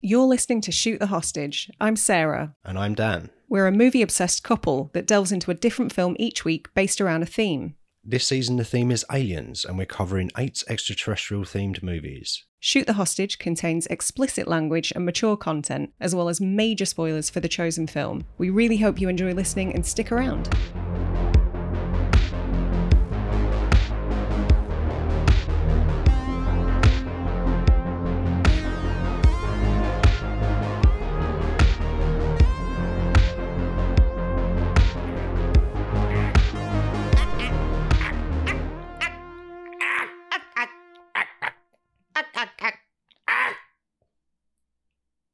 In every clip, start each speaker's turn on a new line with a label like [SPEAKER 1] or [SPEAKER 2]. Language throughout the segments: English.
[SPEAKER 1] You're listening to Shoot the Hostage. I'm Sarah.
[SPEAKER 2] And I'm Dan.
[SPEAKER 1] We're a movie obsessed couple that delves into a different film each week based around a theme.
[SPEAKER 2] This season, the theme is aliens, and we're covering eight extraterrestrial themed movies.
[SPEAKER 1] Shoot the Hostage contains explicit language and mature content, as well as major spoilers for the chosen film. We really hope you enjoy listening and stick around.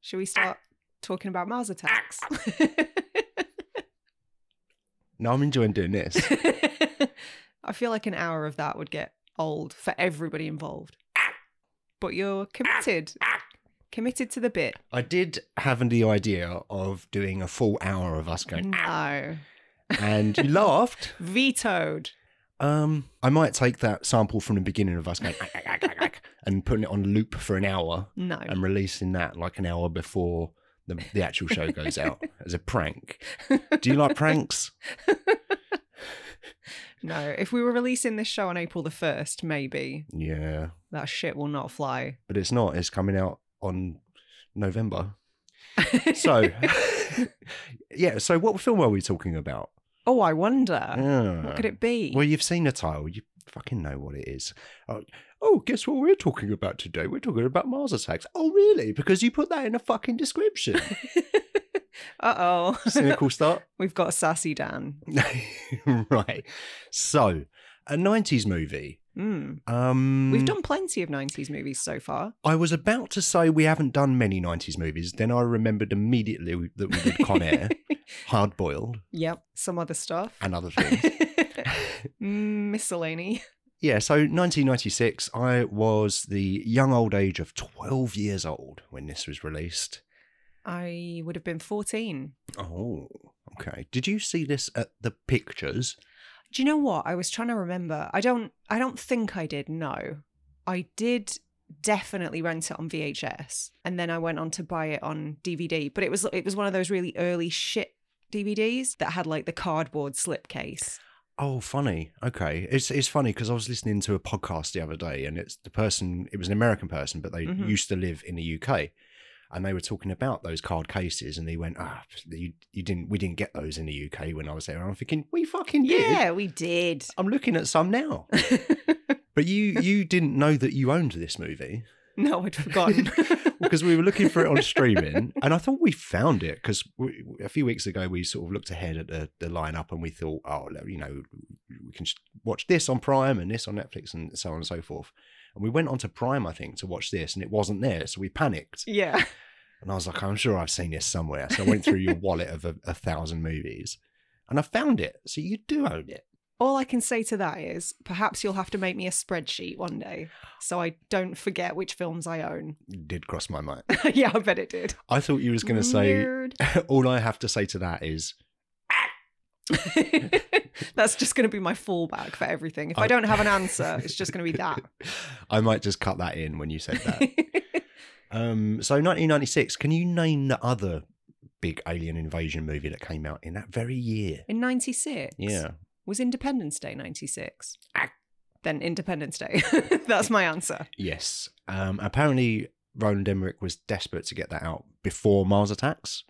[SPEAKER 1] Should we start talking about Mars attacks?
[SPEAKER 2] Now I'm enjoying doing this.
[SPEAKER 1] I feel like an hour of that would get old for everybody involved. But you're committed. Committed to the bit.
[SPEAKER 2] I did have the idea of doing a full hour of us going,
[SPEAKER 1] No.
[SPEAKER 2] and you laughed.
[SPEAKER 1] Vetoed.
[SPEAKER 2] Um, I might take that sample from the beginning of us going, "Ack, ack, ack, ack, ack," and putting it on loop for an hour
[SPEAKER 1] No.
[SPEAKER 2] and releasing that like an hour before the, the actual show goes out as a prank. Do you like pranks?
[SPEAKER 1] No. If we were releasing this show on April the 1st, maybe
[SPEAKER 2] Yeah,
[SPEAKER 1] that shit will not fly.
[SPEAKER 2] but it's not. It's coming out on November. So, yeah. So, what film are we talking about?
[SPEAKER 1] oh, I wonder.
[SPEAKER 2] Yeah.
[SPEAKER 1] What could it be?
[SPEAKER 2] Well, you've seen the title. You fucking know what it is. Oh, oh, guess what we're talking about today? We're talking about Mars attacks. Oh, really? Because you put that in a fucking description.
[SPEAKER 1] uh oh.
[SPEAKER 2] Cynical start.
[SPEAKER 1] We've got Sassy Dan.
[SPEAKER 2] right. So, a 90s movie.
[SPEAKER 1] Mm.
[SPEAKER 2] Um,
[SPEAKER 1] We've done plenty of 90s movies so far.
[SPEAKER 2] I was about to say we haven't done many 90s movies. Then I remembered immediately that we did Con Air, Hard Boiled,
[SPEAKER 1] Yep. Some other stuff. Mm,
[SPEAKER 2] and other things.
[SPEAKER 1] Miscellany.
[SPEAKER 2] Yeah, so 1996, I was the young old age of 12 years old when this was released.
[SPEAKER 1] I would have been 14.
[SPEAKER 2] Oh, okay. Did you see this at the pictures?
[SPEAKER 1] Do you know what? I was trying to remember. I don't I don't think I did, no. I did definitely rent it on VHS and then I went on to buy it on DVD, but it was it was one of those really early shit DVDs that had like the cardboard slipcase.
[SPEAKER 2] Oh, funny. Okay. It's it's funny because I was listening to a podcast the other day and it's the person, it was an American person, but they
[SPEAKER 1] Mhm.
[SPEAKER 2] used to live in the UK. And they were talking about those card cases and they went, ah, you, you didn't, we didn't get those in the UK when I was there. And I'm thinking, we fucking did.
[SPEAKER 1] Yeah, we did.
[SPEAKER 2] I'm looking at some now. But you, you didn't know that you owned this movie.
[SPEAKER 1] no, I'd forgotten.
[SPEAKER 2] because we were looking for it on streaming and I thought we found it because a few weeks ago we sort of looked ahead at the, the lineup and we thought, oh, le- you know, we can s- watch this on Prime and this on Netflix and so on and so forth. And we went onto Prime, I think, to watch this and it wasn't there. So we panicked.
[SPEAKER 1] yeah.
[SPEAKER 2] And I was like, I'm sure I've seen this somewhere. So I went through your wallet of a, a thousand movies and I found it. So you do own it.
[SPEAKER 1] All I can say to that is perhaps you'll have to make me a spreadsheet one day so I don't forget which films I own.
[SPEAKER 2] It did cross my mind.
[SPEAKER 1] yeah, I bet it did.
[SPEAKER 2] I thought you was going to say,
[SPEAKER 1] Weird.
[SPEAKER 2] all I have to say to that is,
[SPEAKER 1] That's just going to be my fallback for everything. If I,
[SPEAKER 2] I-
[SPEAKER 1] don't have an answer, it's just going to be that.
[SPEAKER 2] I might just cut that in when you said that. Um, so 1996, can you name the other big alien invasion movie that came out in that very year?
[SPEAKER 1] In 96?
[SPEAKER 2] Yeah.
[SPEAKER 1] Was Independence Day 96?
[SPEAKER 2] Ah.
[SPEAKER 1] Then Independence Day. That's my answer.
[SPEAKER 2] Yes. Um, apparently, Roland Emmerich was desperate to get that out before Mars Attacks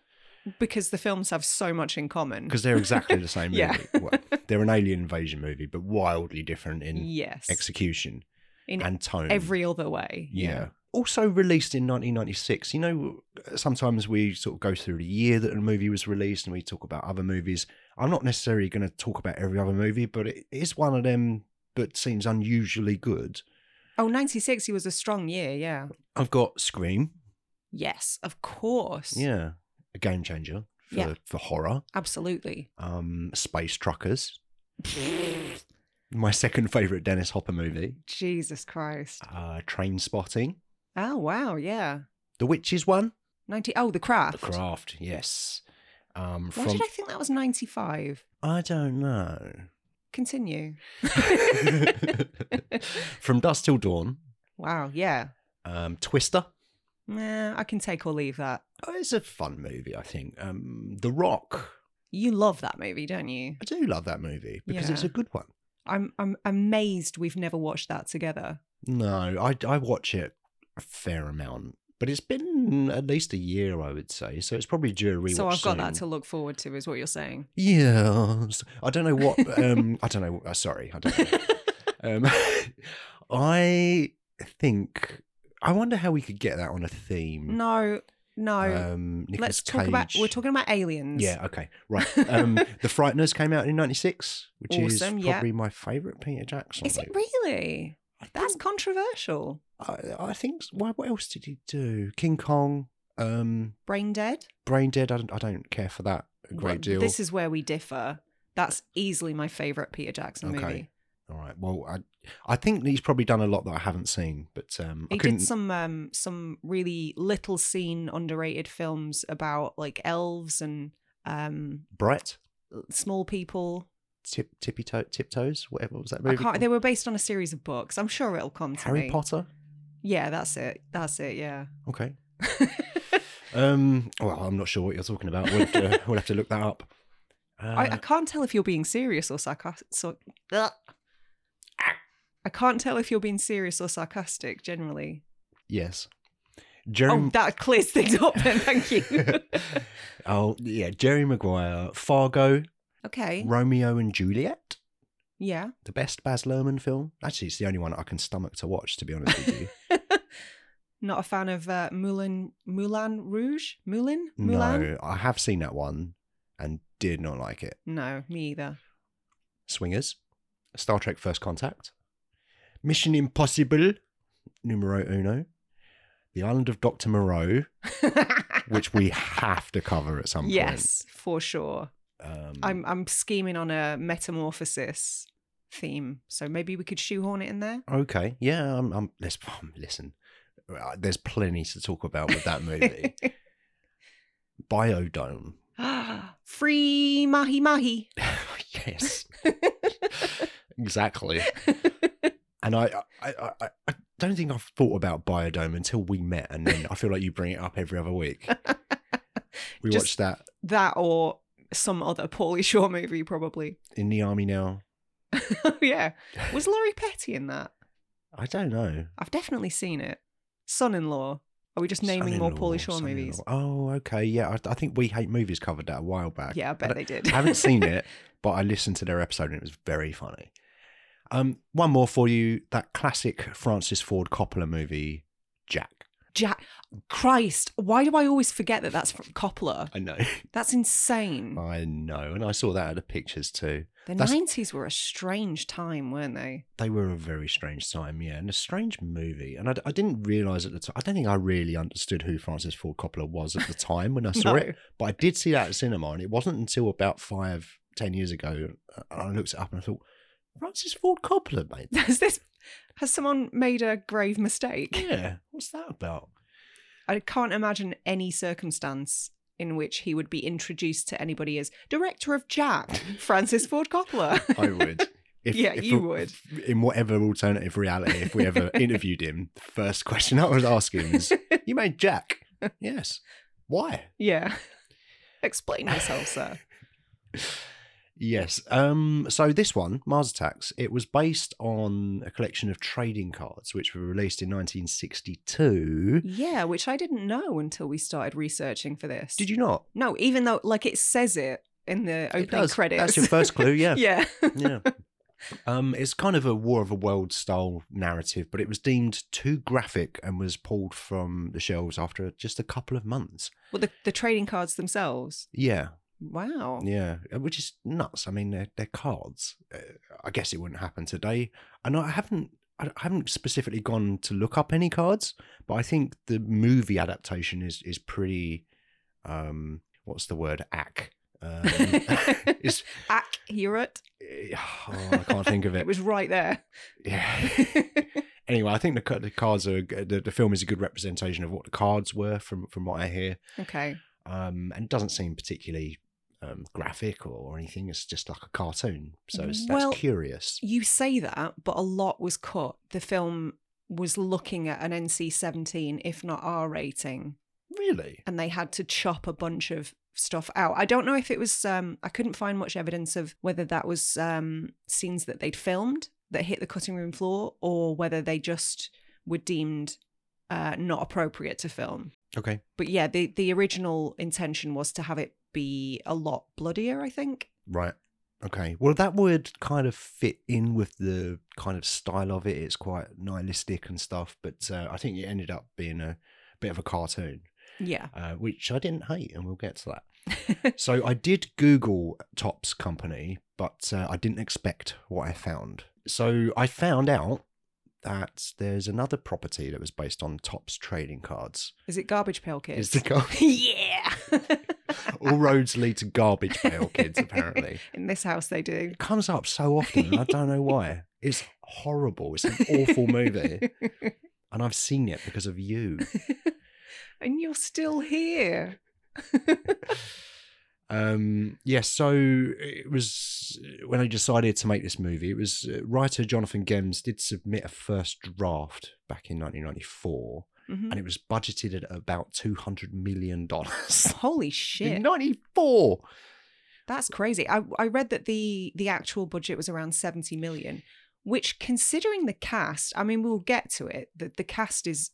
[SPEAKER 1] Because the films have so much in common.
[SPEAKER 2] because they're exactly the same movie.
[SPEAKER 1] Yeah.
[SPEAKER 2] Well, they're an alien invasion movie, but wildly different in
[SPEAKER 1] Yes.
[SPEAKER 2] execution
[SPEAKER 1] In
[SPEAKER 2] and tone.
[SPEAKER 1] Every other way.
[SPEAKER 2] yeah. Also released in 1996. You know, sometimes we sort of go through the year that a movie was released and we talk about other movies. I'm not necessarily going to talk about every other movie, but it is one of them that seems unusually good.
[SPEAKER 1] Oh, 96 he was a strong year. Yeah.
[SPEAKER 2] I've got Scream.
[SPEAKER 1] Yes, of course.
[SPEAKER 2] Yeah. A game changer for,
[SPEAKER 1] Yeah.
[SPEAKER 2] for horror.
[SPEAKER 1] Absolutely.
[SPEAKER 2] Um, Space Truckers. My second favorite Dennis Hopper movie.
[SPEAKER 1] Jesus Christ.
[SPEAKER 2] Uh, Train Spotting.
[SPEAKER 1] Oh, wow. Yeah.
[SPEAKER 2] The Witches one.
[SPEAKER 1] 90. Oh, The Craft.
[SPEAKER 2] The Craft. Yes. Um,
[SPEAKER 1] Why
[SPEAKER 2] from
[SPEAKER 1] did I think that was 95?
[SPEAKER 2] I don't know.
[SPEAKER 1] Continue.
[SPEAKER 2] From Dusk Till Dawn,
[SPEAKER 1] wow. Yeah.
[SPEAKER 2] um, Twister,
[SPEAKER 1] Nah, I can take or leave that.
[SPEAKER 2] Oh, it's a fun movie, I think. Um, the Rock.
[SPEAKER 1] You love that movie, don't you?
[SPEAKER 2] I do love that movie because it's
[SPEAKER 1] Yeah.
[SPEAKER 2] a good one.
[SPEAKER 1] I'm I'm amazed we've never watched that together.
[SPEAKER 2] No, I, I watch it a fair amount, but it's been at least a year, I would say. So it's probably due a rewatch.
[SPEAKER 1] so I've got that to
[SPEAKER 2] soon.
[SPEAKER 1] look forward to, is what you're saying.
[SPEAKER 2] Yes, I don't know what. Um, I don't know. Uh, sorry, I don't. Know. Um, I think I wonder how we could get that on a theme.
[SPEAKER 1] no, no.
[SPEAKER 2] um, Nicolas
[SPEAKER 1] Let's talk
[SPEAKER 2] Cage.
[SPEAKER 1] about. We're talking about aliens.
[SPEAKER 2] Yeah, okay, right. Um, the Frighteners came out in '96, which
[SPEAKER 1] Awesome,
[SPEAKER 2] is
[SPEAKER 1] yeah.
[SPEAKER 2] probably my favourite Peter Jackson.
[SPEAKER 1] Is it
[SPEAKER 2] movie.
[SPEAKER 1] really?
[SPEAKER 2] I
[SPEAKER 1] That's
[SPEAKER 2] think-
[SPEAKER 1] controversial.
[SPEAKER 2] I, I think. s- Why? What else did he do? King Kong, um,
[SPEAKER 1] Brain dead.
[SPEAKER 2] Brain Dead. I don't, I don't care for that a great
[SPEAKER 1] Well,
[SPEAKER 2] deal.
[SPEAKER 1] This is where we differ. That's easily my favorite Peter Jackson
[SPEAKER 2] Okay.
[SPEAKER 1] movie.
[SPEAKER 2] All right. Well, I I think he's probably done a lot that I haven't seen, but um, I
[SPEAKER 1] He
[SPEAKER 2] couldn't.
[SPEAKER 1] did some um, some really little seen underrated films about like elves and um,
[SPEAKER 2] Bright,
[SPEAKER 1] small people.
[SPEAKER 2] tip, tippy toe, tiptoes, whatever was that movie?
[SPEAKER 1] I can't. They
[SPEAKER 2] called?
[SPEAKER 1] were based on a series of books. I'm sure it'll come to
[SPEAKER 2] Harry
[SPEAKER 1] me.
[SPEAKER 2] Potter.
[SPEAKER 1] Yeah, that's it. That's it. Yeah.
[SPEAKER 2] Okay. Um. Well, I'm not sure what you're talking about. We'll have to, we'll have to look that up. Uh,
[SPEAKER 1] I, I can't tell if you're being serious or sarcastic. So, Ugh. I can't tell if you're being serious or sarcastic generally.
[SPEAKER 2] yes.
[SPEAKER 1] Oh,
[SPEAKER 2] Jerry.
[SPEAKER 1] that clears things up then. Thank you.
[SPEAKER 2] oh yeah, Jerry Maguire, Fargo,
[SPEAKER 1] okay.
[SPEAKER 2] Romeo and Juliet.
[SPEAKER 1] Yeah.
[SPEAKER 2] the best Baz Luhrmann film. Actually, it's the only one I can stomach to watch, to be honest with you.
[SPEAKER 1] Not a fan of uh, Moulin Moulin Rouge. Moulin Moulin.
[SPEAKER 2] no, I have seen that one and did not like it.
[SPEAKER 1] No, me either.
[SPEAKER 2] Swingers, Star Trek First Contact, Mission Impossible, numero uno, The Island of Dr. Moreau, which we have to cover at some
[SPEAKER 1] yes, for sure.
[SPEAKER 2] point. Um,
[SPEAKER 1] I'm I'm scheming on a metamorphosis theme, so maybe we could shoehorn it in there.
[SPEAKER 2] Okay, yeah, I'm, I'm, let's, um, listen, uh, there's plenty to talk about with that movie. Biodome.
[SPEAKER 1] Free mahi mahi.
[SPEAKER 2] yes. exactly. And I, I, I, I- I don't think I've thought about Biodome until we met, and then I feel like you bring it up every other week. We
[SPEAKER 1] Just-
[SPEAKER 2] watched that
[SPEAKER 1] that or some other Paulie Shaw movie, probably.
[SPEAKER 2] in the army now.
[SPEAKER 1] yeah. Was Laurie Petty in that?
[SPEAKER 2] I don't know.
[SPEAKER 1] I've definitely seen it. Son in law. Are we just naming more
[SPEAKER 2] Son-in-law,
[SPEAKER 1] Paulie Shaw
[SPEAKER 2] son-in-law.
[SPEAKER 1] movies?
[SPEAKER 2] Oh, okay, yeah. I, I think We Hate Movies covered that a while back.
[SPEAKER 1] Yeah, I bet
[SPEAKER 2] don't-
[SPEAKER 1] they did.
[SPEAKER 2] I haven't seen it, but I listened to their episode and it was very funny. Um, one more for you. That classic Francis Ford Coppola movie, Jack.
[SPEAKER 1] Jack. Christ, why do I always forget that that's from Coppola?
[SPEAKER 2] I know.
[SPEAKER 1] That's insane.
[SPEAKER 2] I know, and I saw that at the pictures too.
[SPEAKER 1] the
[SPEAKER 2] that's-
[SPEAKER 1] 90s were a strange time, weren't they?
[SPEAKER 2] They were a very strange time, yeah, and a strange movie. And I, I didn't realize at the time. I don't think I really understood who Francis Ford Coppola was at the time when I saw
[SPEAKER 1] No.
[SPEAKER 2] it. But I did see that at cinema, and it wasn't until about five, ten years ago, uh, I looked it up and I thought, Francis Ford Coppola, mate.
[SPEAKER 1] Has this has someone made a grave mistake?
[SPEAKER 2] Yeah, what's that about?
[SPEAKER 1] I can't imagine any circumstance in which he would be introduced to anybody as director of Jack, Francis Ford Coppola.
[SPEAKER 2] I would. If,
[SPEAKER 1] Yeah, you would.
[SPEAKER 2] In whatever alternative reality, if we ever interviewed him, the first question I would ask him is, You made Jack? yes. Why?
[SPEAKER 1] yeah. Explain yourself, sir.
[SPEAKER 2] Yes. Um, so this one, Mars Attacks, it was based on a collection of trading cards which were released in 1962.
[SPEAKER 1] Yeah, which I didn't know until we started researching for this.
[SPEAKER 2] Did you not?
[SPEAKER 1] No, even though like it says it in the
[SPEAKER 2] It
[SPEAKER 1] opening
[SPEAKER 2] does.
[SPEAKER 1] credits.
[SPEAKER 2] That's your first clue. Yeah.
[SPEAKER 1] yeah.
[SPEAKER 2] yeah. Um, it's kind of a War of the World style narrative, but it was deemed too graphic and was pulled from the shelves after just a couple of months.
[SPEAKER 1] Well, the, the trading cards themselves.
[SPEAKER 2] Yeah,
[SPEAKER 1] Wow.
[SPEAKER 2] yeah, uh, which is nuts. I mean, they're, they're cards. Uh, I guess it wouldn't happen today. And I haven't, I haven't specifically gone to look up any cards, but I think the movie adaptation is is pretty. Um, what's the word? Ack. Um, it's,
[SPEAKER 1] Accurate.
[SPEAKER 2] eh, oh, I can't think of
[SPEAKER 1] It
[SPEAKER 2] it.
[SPEAKER 1] was right there.
[SPEAKER 2] Yeah. Anyway, I think the ca- the cards are the, the film is a good representation of what the cards were from from what I hear.
[SPEAKER 1] okay.
[SPEAKER 2] Um, and it doesn't seem particularly um, graphic or, or anything. It's just like a cartoon, so it's, that's
[SPEAKER 1] Well-
[SPEAKER 2] curious.
[SPEAKER 1] You say that, but a lot was cut. The film was looking at an NC 17, if not R rating,
[SPEAKER 2] Really?
[SPEAKER 1] and they had to chop a bunch of stuff out. I don't know if it was, um, I couldn't find much evidence of whether that was um, scenes that they'd filmed that hit the cutting room floor or whether they just were deemed uh, not appropriate to film.
[SPEAKER 2] Okay.
[SPEAKER 1] But yeah, the, the original intention was to have it be a lot bloodier, I think.
[SPEAKER 2] Right. Okay. Well, that would kind of fit in with the kind of style of it. It's quite nihilistic and stuff, but uh, I think it ended up being a bit of a cartoon,
[SPEAKER 1] Yeah.
[SPEAKER 2] uh, which I didn't hate, and we'll get to that. so I did Google Tops Company, but uh, I didn't expect what I found. So I found out that there's another property that was based on Tops trading cards.
[SPEAKER 1] Is it Garbage Pail
[SPEAKER 2] Is
[SPEAKER 1] Kids?
[SPEAKER 2] the gar-
[SPEAKER 1] yeah.
[SPEAKER 2] all roads lead to garbage pail kids apparently.
[SPEAKER 1] In this house, they do.
[SPEAKER 2] It comes up so often, and I don't know why. It's horrible. It's an awful movie, and I've seen it because of you.
[SPEAKER 1] and you're still here.
[SPEAKER 2] Um, yes, so it was when I decided to make this movie. It was uh, writer Jonathan Gems did submit a first draft back in 1994,
[SPEAKER 1] Mhm.
[SPEAKER 2] Mm-hmm. and it was budgeted at about 200 million dollars.
[SPEAKER 1] Holy shit.
[SPEAKER 2] 94.
[SPEAKER 1] That's crazy. I, I read that the the actual budget was around 70 million, which considering the cast, I mean we'll get to it, that the cast is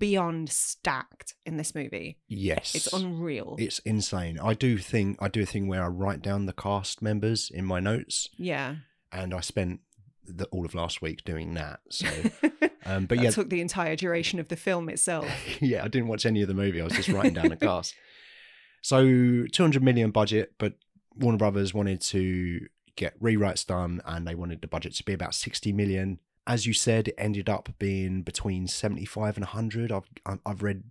[SPEAKER 1] beyond stacked in this movie.
[SPEAKER 2] Yes,
[SPEAKER 1] It's unreal.
[SPEAKER 2] It's insane. I do think I do a thing where I write down the cast members in my notes,
[SPEAKER 1] yeah.
[SPEAKER 2] and I spent the, all of last week doing that. So,
[SPEAKER 1] that
[SPEAKER 2] um, but yeah,
[SPEAKER 1] took the entire duration of the film itself.
[SPEAKER 2] yeah, I didn't watch any of the movie. I was just writing down the cast. So, two hundred million budget, but Warner Brothers wanted to get rewrites done, and they wanted the budget to be about sixty million. As you said, it ended up being between seventy-five and hundred. I've I've- I've read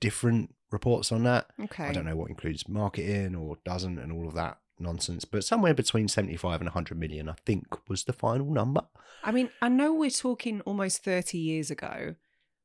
[SPEAKER 2] different reports on that.
[SPEAKER 1] Okay.
[SPEAKER 2] I don't know what includes marketing or doesn't and all of that nonsense, but somewhere between 75 and 100 million, I think, was the final number.
[SPEAKER 1] I mean, I know we're talking almost 30 years ago,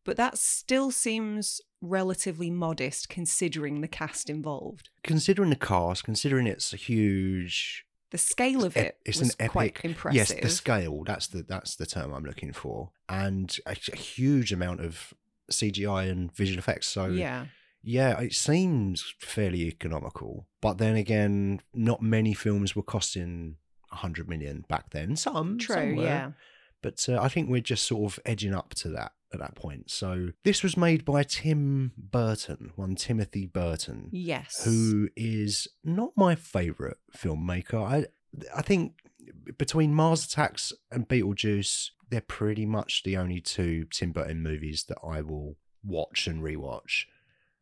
[SPEAKER 1] but that still seems relatively modest considering the cast involved.
[SPEAKER 2] Considering the cast, considering it's a huge
[SPEAKER 1] The scale of
[SPEAKER 2] Ep-
[SPEAKER 1] it
[SPEAKER 2] it's
[SPEAKER 1] was
[SPEAKER 2] an
[SPEAKER 1] quite
[SPEAKER 2] epic-
[SPEAKER 1] impressive.
[SPEAKER 2] yes, the scale, that's the that's the term I'm looking for. And a, a huge amount of CGI and visual effects. So
[SPEAKER 1] yeah.
[SPEAKER 2] yeah, it seems fairly economical. But then again, not many films were costing 100 million back then. Some,
[SPEAKER 1] True,
[SPEAKER 2] some were.
[SPEAKER 1] yeah.
[SPEAKER 2] but uh, I think we're just sort of edging up to that at that point. So this was made by Tim Burton, one Timothy Burton,
[SPEAKER 1] Yes.
[SPEAKER 2] who is not my favorite filmmaker. I I think between Mars Attacks and Beetlejuice, they're pretty much the only two Tim Burton movies that I will watch and rewatch.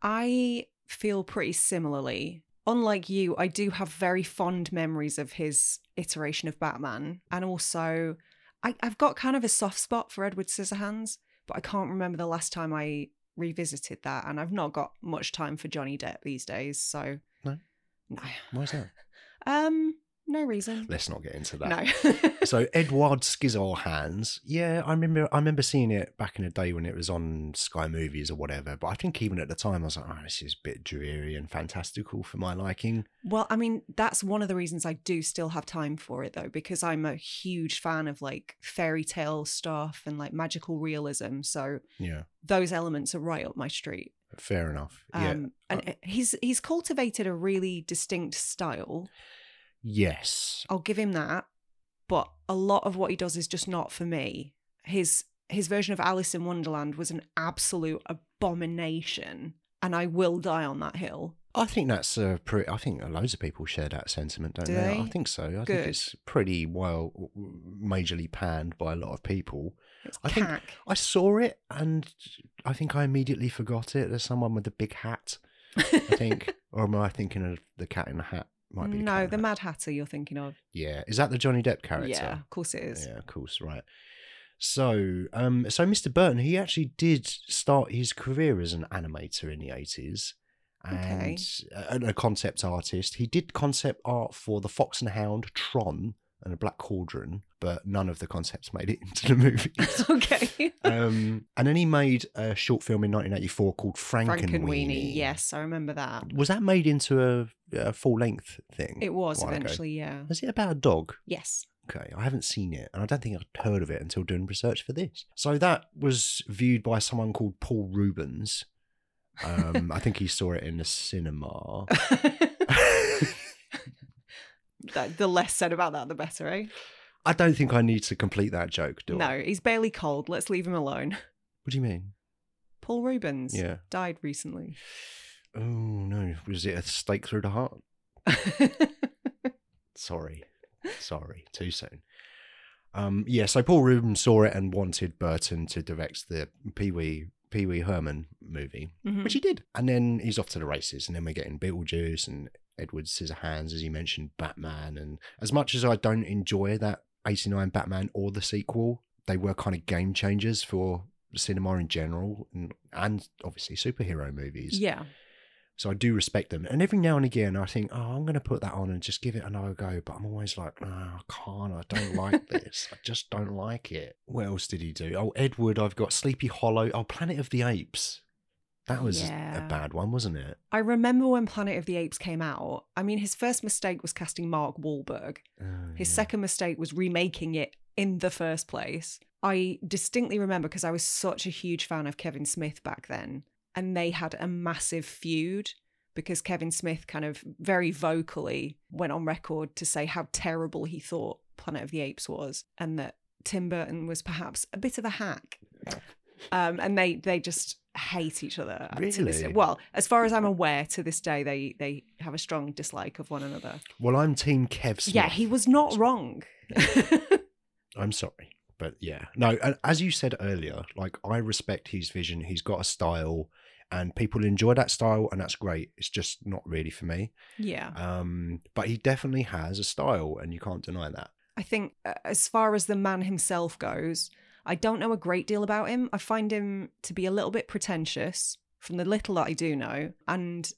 [SPEAKER 1] I feel pretty similarly. Unlike you, I do have very fond memories of his iteration of Batman. And also, I, I've got kind of a soft spot for Edward Scissorhands, but I can't remember the last time I revisited that. And I've not got much time for Johnny Depp these days. So,
[SPEAKER 2] No?
[SPEAKER 1] No.
[SPEAKER 2] Why is that?
[SPEAKER 1] Um, no reason.
[SPEAKER 2] Let's not get into that.
[SPEAKER 1] No.
[SPEAKER 2] so Edward Scissorhands, Hands, yeah, I remember I remember seeing it back in the day when it was on Sky Movies or whatever. But I think even at the time I was like, oh, this is a bit dreary and fantastical for my liking.
[SPEAKER 1] Well, I mean, that's one of the reasons I do still have time for it though, because I'm a huge fan of like fairy tale stuff and like magical realism. So
[SPEAKER 2] Yeah,
[SPEAKER 1] those elements are right up my street.
[SPEAKER 2] fair enough.
[SPEAKER 1] Um,
[SPEAKER 2] yeah,
[SPEAKER 1] And uh, he's he's cultivated a really distinct style.
[SPEAKER 2] yes,
[SPEAKER 1] I'll give him that, but a lot of what he does is just not for me. His his version of Alice in Wonderland was an absolute abomination, and I will die on that hill.
[SPEAKER 2] I think that's a pretty. I think loads of people share that sentiment, don't
[SPEAKER 1] Do
[SPEAKER 2] they? I
[SPEAKER 1] they?
[SPEAKER 2] think so. I think
[SPEAKER 1] Good.
[SPEAKER 2] it's pretty well, majorly panned by a lot of people.
[SPEAKER 1] It's
[SPEAKER 2] I think-
[SPEAKER 1] cack.
[SPEAKER 2] I saw it and I think I immediately forgot it. There's someone with a big hat. I think, or am I thinking of the Cat in the Hat? Might be the Cat
[SPEAKER 1] no,
[SPEAKER 2] in
[SPEAKER 1] the
[SPEAKER 2] Hat.
[SPEAKER 1] Mad Hatter you're thinking of.
[SPEAKER 2] Yeah, is that the Johnny Depp character?
[SPEAKER 1] Yeah, of course it is.
[SPEAKER 2] yeah, of course, right. So, um, so Mr. Burton, he actually did start his career as an animator in the eighties, and and a concept artist. He did concept art for the Fox and Hound, Tron, and a Black Cauldron, but none of the concepts made it into the movies.
[SPEAKER 1] okay.
[SPEAKER 2] um, and then he made a short film in 1984 called Frankenweenie.
[SPEAKER 1] Frankenweenie. Yes, I remember that.
[SPEAKER 2] was that made into a, a full length thing?
[SPEAKER 1] It was
[SPEAKER 2] a while ago?
[SPEAKER 1] eventually, yeah.
[SPEAKER 2] Was it about a dog?
[SPEAKER 1] Yes.
[SPEAKER 2] okay, I haven't seen it, and I don't think I'd heard of it until doing research for this. So that was viewed by someone called Paul Rubens. Um, I think he saw it in the cinema.
[SPEAKER 1] that, the less said about that, the better, eh?
[SPEAKER 2] I don't think I need to complete that joke, do I?
[SPEAKER 1] No, he's barely cold. Let's leave him alone.
[SPEAKER 2] What do you mean?
[SPEAKER 1] Paul Rubens
[SPEAKER 2] Yeah.
[SPEAKER 1] died recently.
[SPEAKER 2] Oh no, was it a stake through the heart? Sorry, sorry, too soon. Um, yeah, so Paul Rubens saw it and wanted Burton to direct the Pee Wee Pee Wee Herman movie,
[SPEAKER 1] Mhm.
[SPEAKER 2] which he did. And then he's off to the races, and then we're getting Beetlejuice and Edward Scissorhands, as you mentioned, Batman. And as much as I don't enjoy that 89 Batman or the sequel, they were kind of game changers for cinema in general and, and obviously superhero movies.
[SPEAKER 1] Yeah.
[SPEAKER 2] So I do respect them. And every now and again, I think, oh, I'm going to put that on and just give it another go. But I'm always like, no, I can't. I don't like this. I just don't like it. What else did he do? Oh, Edward, I've got Sleepy Hollow. Oh, Planet of the Apes. That was
[SPEAKER 1] Yeah.
[SPEAKER 2] a bad one, wasn't it?
[SPEAKER 1] I remember when Planet of the Apes came out. I mean, his first mistake was casting Mark Wahlberg.
[SPEAKER 2] Oh,
[SPEAKER 1] His
[SPEAKER 2] yeah.
[SPEAKER 1] second mistake was remaking it in the first place. I distinctly remember because I was such a huge fan of Kevin Smith back then, and they had a massive feud because Kevin Smith kind of very vocally went on record to say how terrible he thought Planet of the Apes was and that Tim Burton was perhaps a bit of a hack. Um, and they they just hate each other. to this-
[SPEAKER 2] Really?
[SPEAKER 1] well, as far as I'm aware, to this day they they have a strong dislike of one another.
[SPEAKER 2] Well, I'm Team Kev Smith.
[SPEAKER 1] Yeah, he was not wrong.
[SPEAKER 2] I'm sorry. But yeah. No, and as you said earlier, like, I respect his vision. He's got a style, and people enjoy that style, and that's great. It's just not really for me.
[SPEAKER 1] yeah.
[SPEAKER 2] Um, but he definitely has a style, and you can't deny that.
[SPEAKER 1] I think uh, as far as the man himself goes, I don't know a great deal about him. I find him to be a little bit pretentious from the little that I do know. And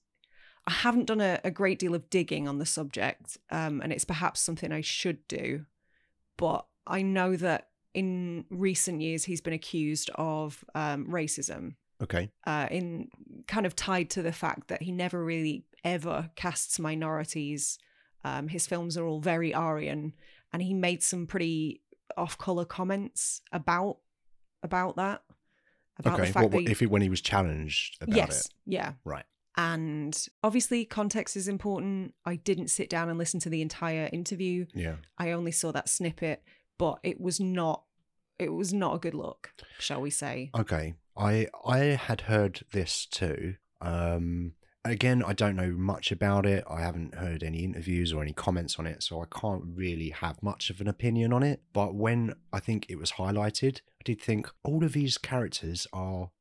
[SPEAKER 1] I haven't done a, a great deal of digging on the subject. Um, and it's perhaps something I should do. But I know that in recent years, he's been accused of um, racism
[SPEAKER 2] Okay.
[SPEAKER 1] uh, in kind of tied to the fact that he never really ever casts minorities. Um, his films are all very Aryan, and he made some pretty off-color comments about about that. About
[SPEAKER 2] okay.
[SPEAKER 1] the fact
[SPEAKER 2] What- what-
[SPEAKER 1] that he-
[SPEAKER 2] if it, when he was challenged about
[SPEAKER 1] yes,
[SPEAKER 2] it,
[SPEAKER 1] yeah,
[SPEAKER 2] Right.
[SPEAKER 1] And obviously, context is important. I didn't sit down and listen to the entire interview.
[SPEAKER 2] yeah.
[SPEAKER 1] I only saw that snippet, but it was not it was not a good look, shall we say?
[SPEAKER 2] Okay. I I had heard this too. Um, again, I don't know much about it. I haven't heard any interviews or any comments on it, so I can't really have much of an opinion on it. But when I think it was highlighted, I did think all of these characters are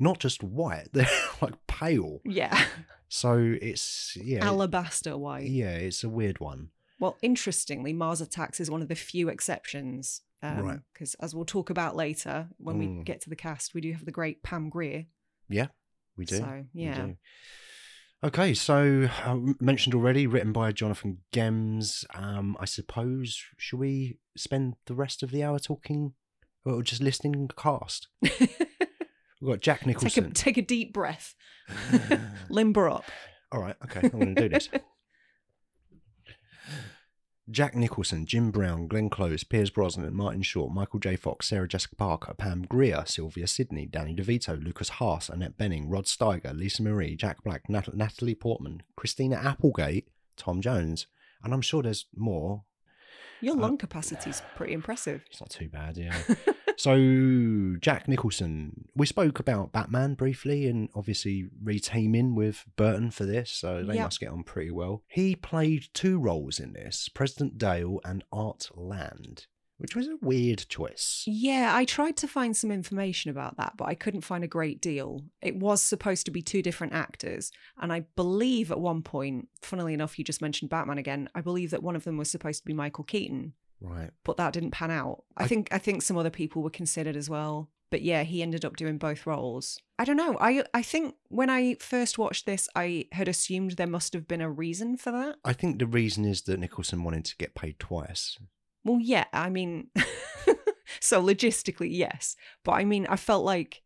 [SPEAKER 2] not just white; they're like pale.
[SPEAKER 1] Yeah,
[SPEAKER 2] So it's yeah,
[SPEAKER 1] alabaster white.
[SPEAKER 2] yeah, it's a weird one.
[SPEAKER 1] Well, interestingly, Mars Attacks is one of the few exceptions. Um,
[SPEAKER 2] Right.
[SPEAKER 1] Because as we'll talk about later, when we
[SPEAKER 2] Mm.
[SPEAKER 1] get to the cast, we do have the great Pam Greer.
[SPEAKER 2] We do.
[SPEAKER 1] So,
[SPEAKER 2] We
[SPEAKER 1] yeah.
[SPEAKER 2] do. Okay, so uh, mentioned already, written by Jonathan Gems. Um, I suppose should we spend the rest of the hour talking, or just listening to the cast? We've got Jack
[SPEAKER 1] take, a,
[SPEAKER 2] Nicholson.
[SPEAKER 1] take a deep breath, limber up.
[SPEAKER 2] All right, okay, I'm going to do this. Jack Nicholson, Jim Brown, Glenn Close, Piers Brosnan, Martin Short, Michael J. Fox, Sarah Jessica Parker, Pam Greer, Sylvia Sidney, Danny DeVito, Lucas Haas, Annette Benning, Rod Steiger, Lisa Marie, Jack Black, Nat- Natalie Portman, Christina Applegate, Tom Jones. And I'm sure there's more.
[SPEAKER 1] Your
[SPEAKER 2] Uh,
[SPEAKER 1] lung capacity's pretty impressive.
[SPEAKER 2] It's not too bad, yeah. so, Jack Nicholson, we spoke about Batman briefly and obviously reteaming with Burton for this, so they
[SPEAKER 1] Yep.
[SPEAKER 2] must get on pretty well. He played two roles in this President Dale and Art Land, which was a weird choice.
[SPEAKER 1] Yeah, I tried to find some information about that, but I couldn't find a great deal. It was supposed to be two different actors, and I believe at one point, funnily enough, you just mentioned Batman again. I believe that one of them was supposed to be Michael Keaton,
[SPEAKER 2] Right.
[SPEAKER 1] but that didn't pan out. I,
[SPEAKER 2] I-
[SPEAKER 1] think I think some other people were considered as well. But yeah, he ended up doing both roles. I don't know. I I think when I first watched this, I had assumed there must have been a reason for that.
[SPEAKER 2] I think the reason is that Nicholson wanted to get paid twice.
[SPEAKER 1] Well, yeah, I mean so logistically, yes. But I mean, I felt like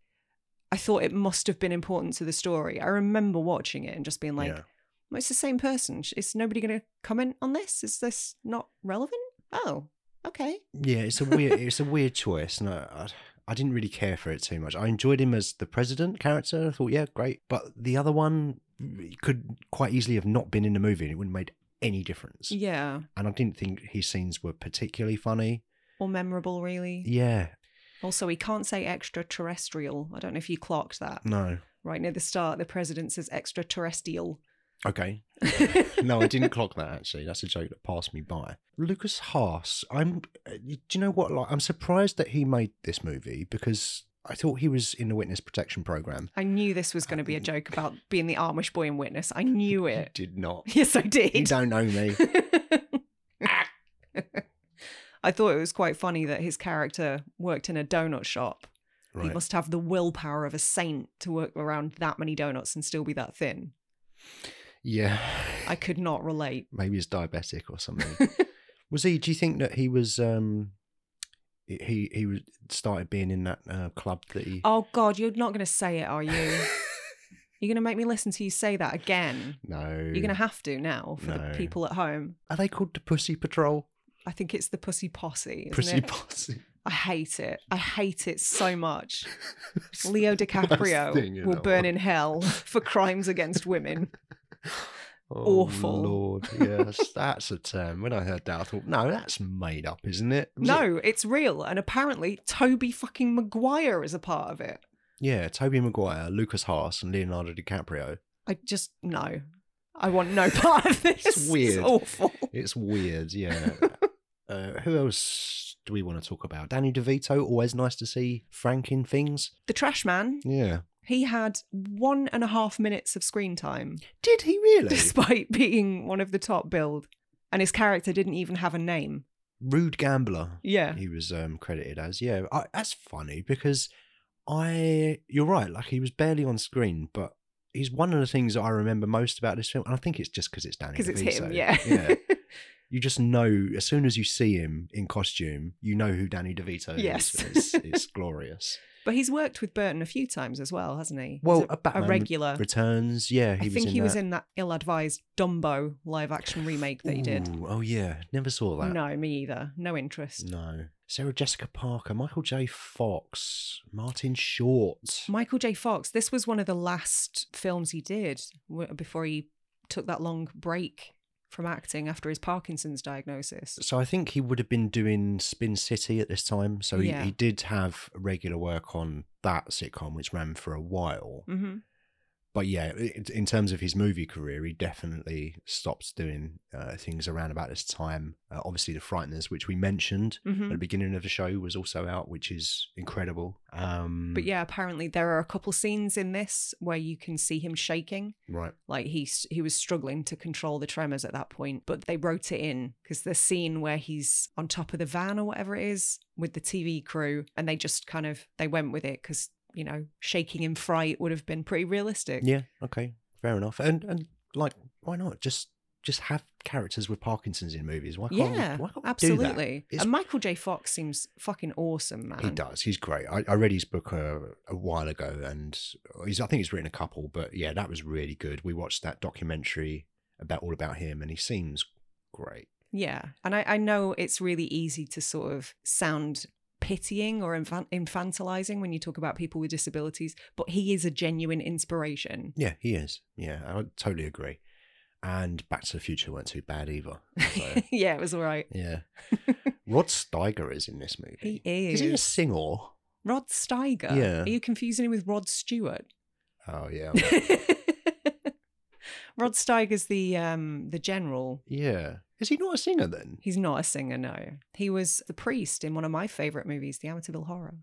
[SPEAKER 1] I thought it must have been important to the story. I remember watching it and just being like,
[SPEAKER 2] Yeah.
[SPEAKER 1] well, it's the same person. Sh- Is nobody going to comment on this? Is this not relevant? oh, okay.
[SPEAKER 2] Yeah, it's a weird it's a weird choice, and I, I I didn't really care for it too much. I enjoyed him as the president character. I thought, yeah, great, but the other one could quite easily have not been in the movie, and it wouldn't have made any difference.
[SPEAKER 1] Yeah.
[SPEAKER 2] And I didn't think his scenes were particularly funny.
[SPEAKER 1] Or memorable, really.
[SPEAKER 2] Yeah,
[SPEAKER 1] Also, he can't say extraterrestrial. I don't know if you clocked that.
[SPEAKER 2] no,
[SPEAKER 1] Right near the start, the president says extraterrestrial.
[SPEAKER 2] okay, no, I didn't clock that actually. That's a joke that passed me by. Lucas Haas, I'm. uh, Do you know what? Like, I'm surprised that he made this movie because I thought he was in the witness protection program.
[SPEAKER 1] I knew this was going to be a joke about being the Amish boy in Witness. I knew it.
[SPEAKER 2] Did not.
[SPEAKER 1] Yes, I
[SPEAKER 2] You
[SPEAKER 1] did.
[SPEAKER 2] don't know me.
[SPEAKER 1] I thought it was quite funny that his character worked in a donut shop. He
[SPEAKER 2] Right.
[SPEAKER 1] must have the willpower of a saint to work around that many donuts and still be that thin.
[SPEAKER 2] Yeah.
[SPEAKER 1] I could not relate.
[SPEAKER 2] Maybe he's diabetic or something. was he? Do you think that he was? um He he was started being in that uh, club that he.
[SPEAKER 1] Oh God, you're not going to say it, are you? you're going to make me listen to you say that again.
[SPEAKER 2] no.
[SPEAKER 1] You're going to have to now for
[SPEAKER 2] No.
[SPEAKER 1] the people at home.
[SPEAKER 2] Are they called the Pussy Patrol?
[SPEAKER 1] I think it's the pussy posse. Isn't
[SPEAKER 2] Pussy
[SPEAKER 1] it?
[SPEAKER 2] Posse.
[SPEAKER 1] I hate it. I hate it so much. Leo
[SPEAKER 2] It's the worst thing
[SPEAKER 1] DiCaprio
[SPEAKER 2] in
[SPEAKER 1] will
[SPEAKER 2] the
[SPEAKER 1] burn
[SPEAKER 2] world.
[SPEAKER 1] in hell for crimes against women.
[SPEAKER 2] Oh,
[SPEAKER 1] Awful.
[SPEAKER 2] Lord, yes, that's a term. When I heard that, I thought, no, that's made up, isn't it? Was it-
[SPEAKER 1] No, it's real. And apparently, Toby fucking Maguire is a part of it.
[SPEAKER 2] Yeah, Toby Maguire, Lucas Haas, and Leonardo DiCaprio.
[SPEAKER 1] I just, no. I want no part of this.
[SPEAKER 2] It's weird.
[SPEAKER 1] awful.
[SPEAKER 2] It's weird, yeah. uh, who else do we want to talk about? Danny DeVito, always nice to see Frank in things.
[SPEAKER 1] The Trash Man,
[SPEAKER 2] Yeah.
[SPEAKER 1] he had one and a half minutes of screen time
[SPEAKER 2] Did he really?
[SPEAKER 1] despite being one of the top billed. And his character didn't even have a name.
[SPEAKER 2] Rude Gambler,
[SPEAKER 1] Yeah.
[SPEAKER 2] he was um, credited as. Yeah, I, that's funny because I, you're right, like he was barely on screen, but he's one of the things that I remember most about this film. And I think it's just because it's Danny
[SPEAKER 1] Because it's
[SPEAKER 2] DeVito.
[SPEAKER 1] him, yeah.
[SPEAKER 2] yeah. you just know as soon as you see him in costume, you know who Danny DeVito
[SPEAKER 1] Yes.
[SPEAKER 2] is. and It's, it's glorious.
[SPEAKER 1] but he's worked with Burton a few times as well, hasn't he? He's
[SPEAKER 2] Well,
[SPEAKER 1] a,
[SPEAKER 2] a Batman
[SPEAKER 1] regular.
[SPEAKER 2] Returns, yeah, he
[SPEAKER 1] Uh, I
[SPEAKER 2] was
[SPEAKER 1] think
[SPEAKER 2] in
[SPEAKER 1] he
[SPEAKER 2] that.
[SPEAKER 1] was in that ill-advised Dumbo live-action remake that he did.
[SPEAKER 2] Ooh, oh yeah, never saw that.
[SPEAKER 1] No, me either. No interest.
[SPEAKER 2] No. Sarah Jessica Parker, Michael J. Fox, Martin Short.
[SPEAKER 1] Michael J. Fox. This was one of the last films he did w- before he took that long break from acting after his Parkinson's diagnosis.
[SPEAKER 2] So I think he would have been doing Spin City at this time. So he,
[SPEAKER 1] Yeah.
[SPEAKER 2] he did have regular work on that sitcom, which ran for a while.
[SPEAKER 1] hmm
[SPEAKER 2] But yeah, i- in terms of his movie career, he definitely stopped doing uh, things around about this time. Uh, obviously, The Frighteners, which we mentioned at
[SPEAKER 1] hmm
[SPEAKER 2] the beginning of the show, was also out, which is incredible. Um,
[SPEAKER 1] But yeah, apparently there are a couple scenes in this where you can see him shaking.
[SPEAKER 2] right.
[SPEAKER 1] Like he s- he was struggling to control the tremors at that point, but they wrote it in because the scene where he's on top of the van or whatever it is with the TV crew, and they just kind of they went with it because you know shaking in fright would have been pretty realistic.
[SPEAKER 2] Yeah. Okay. Fair enough. And and like, why not just just have characters with Parkinson's in movies? Why can't we-
[SPEAKER 1] Yeah,
[SPEAKER 2] why can't we do that?
[SPEAKER 1] absolutely.
[SPEAKER 2] It's-
[SPEAKER 1] And Michael J. Fox seems fucking awesome, man.
[SPEAKER 2] He does. He's great. I, I read his book a, a while ago, and he's I think he's written a couple, but yeah, that was really good. We watched that documentary about all about him, and he seems great.
[SPEAKER 1] Yeah, and I, I know it's really easy to sort of sound pitying or infan- infantilizing when you talk about people with disabilities, but he is a genuine inspiration.
[SPEAKER 2] Yeah, he is. Yeah, I would totally agree. And Back to the Future weren't too bad either. So,
[SPEAKER 1] yeah, it was all right.
[SPEAKER 2] yeah, Rod Steiger is in this movie.
[SPEAKER 1] He
[SPEAKER 2] Is he a
[SPEAKER 1] is.
[SPEAKER 2] singer? Oh,
[SPEAKER 1] Rod Steiger.
[SPEAKER 2] Yeah.
[SPEAKER 1] Are you confusing him with Rod Stewart?
[SPEAKER 2] Oh yeah,
[SPEAKER 1] Rod Steiger's the um the general.
[SPEAKER 2] yeah. Is he not a singer then?
[SPEAKER 1] He's not a singer, no. He was the priest in one of my favorite movies, The Amityville Horror.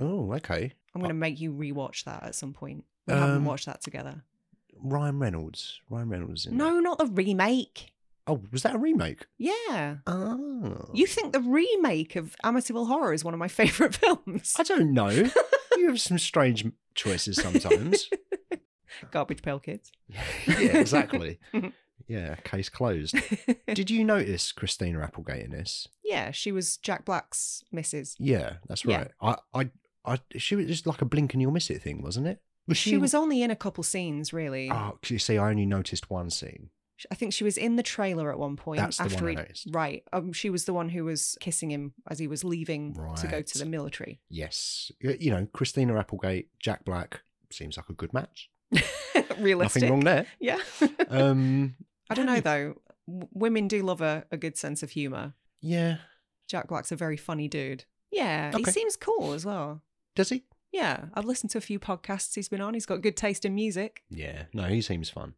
[SPEAKER 2] Oh, okay.
[SPEAKER 1] I'm going to make you rewatch that at some point. We haven't
[SPEAKER 2] Um,
[SPEAKER 1] watched that together.
[SPEAKER 2] Ryan Reynolds. Ryan Reynolds is in. it.
[SPEAKER 1] No, not the remake.
[SPEAKER 2] Oh, was that a remake?
[SPEAKER 1] Yeah.
[SPEAKER 2] Oh.
[SPEAKER 1] You think the remake of Amityville Horror is one of my favorite films?
[SPEAKER 2] I don't know. you have some strange m- choices sometimes.
[SPEAKER 1] Garbage Pail Kids.
[SPEAKER 2] yeah, exactly. Yeah, case closed. Did you notice Christina Applegate in this?
[SPEAKER 1] yeah, she was Jack Black's missus.
[SPEAKER 2] Yeah, that's
[SPEAKER 1] Yeah.
[SPEAKER 2] right. I, I, I, she was just like a blink and you'll miss it thing, wasn't it? Was
[SPEAKER 1] She was only in a couple scenes, really.
[SPEAKER 2] Oh, 'cause you see, I only noticed one scene.
[SPEAKER 1] Sh- I think she was in the trailer at one point
[SPEAKER 2] That's the
[SPEAKER 1] after
[SPEAKER 2] one I
[SPEAKER 1] he-
[SPEAKER 2] noticed.
[SPEAKER 1] right. Um, she was the one who was kissing him as he was leaving to go
[SPEAKER 2] Right.
[SPEAKER 1] to the military.
[SPEAKER 2] Yes. Y- You know, Christina Applegate, Jack Black seems like a good match.
[SPEAKER 1] Realistic.
[SPEAKER 2] Nothing wrong there.
[SPEAKER 1] Yeah.
[SPEAKER 2] Um,
[SPEAKER 1] I don't know though. W- women do love a, a good sense of humor.
[SPEAKER 2] yeah.
[SPEAKER 1] Jack Black's a very funny dude. Yeah, he
[SPEAKER 2] Okay.
[SPEAKER 1] seems cool as well.
[SPEAKER 2] Does he?
[SPEAKER 1] Yeah, I've listened to a few podcasts he's been on. He's got good taste in music.
[SPEAKER 2] Yeah. No, he seems fun.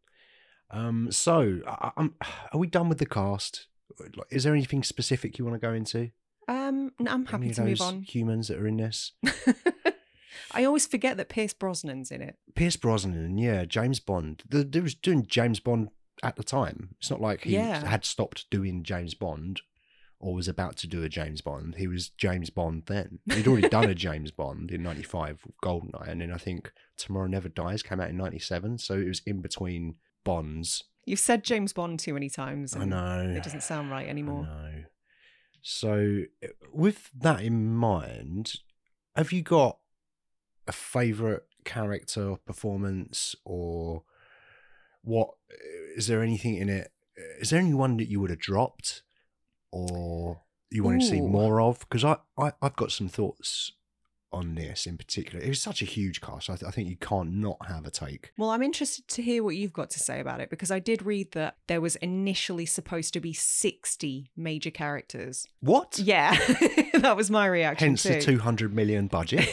[SPEAKER 2] Um, so, I, I'm, are we done with the cast? Like, Is there anything specific you want to go into?
[SPEAKER 1] Um, no, I'm
[SPEAKER 2] Any
[SPEAKER 1] happy
[SPEAKER 2] of
[SPEAKER 1] to move
[SPEAKER 2] those
[SPEAKER 1] on.
[SPEAKER 2] Humans that are in this.
[SPEAKER 1] I always forget that Pierce Brosnan's in it.
[SPEAKER 2] Pierce Brosnan, yeah, James Bond. The, they was doing James Bond at the time. It's not like he
[SPEAKER 1] Yeah.
[SPEAKER 2] had stopped doing James Bond or was about to do a James Bond. He was James Bond then. He'd already done a James Bond in '95, with Goldeneye, and then I think Tomorrow Never Dies came out in '97. So it was in between Bonds.
[SPEAKER 1] You've said James Bond too many times.
[SPEAKER 2] I
[SPEAKER 1] and
[SPEAKER 2] know.
[SPEAKER 1] It doesn't sound right anymore.
[SPEAKER 2] I know. So, uh, with that in mind, have you got a favorite character or performance, or what? Is there anything in it? Is there anyone that you would have dropped, or you wanted to see
[SPEAKER 1] Ooh.
[SPEAKER 2] more of? Because I, I, I've got some thoughts on this in particular. It was such a huge cast. I, th- I think you can't not have a take.
[SPEAKER 1] Well, I'm interested to hear what you've got to say about it because I did read that there was initially supposed to be 60 major characters.
[SPEAKER 2] What?
[SPEAKER 1] Yeah, that was my reaction.
[SPEAKER 2] Hence the
[SPEAKER 1] too.
[SPEAKER 2] two hundred million budget.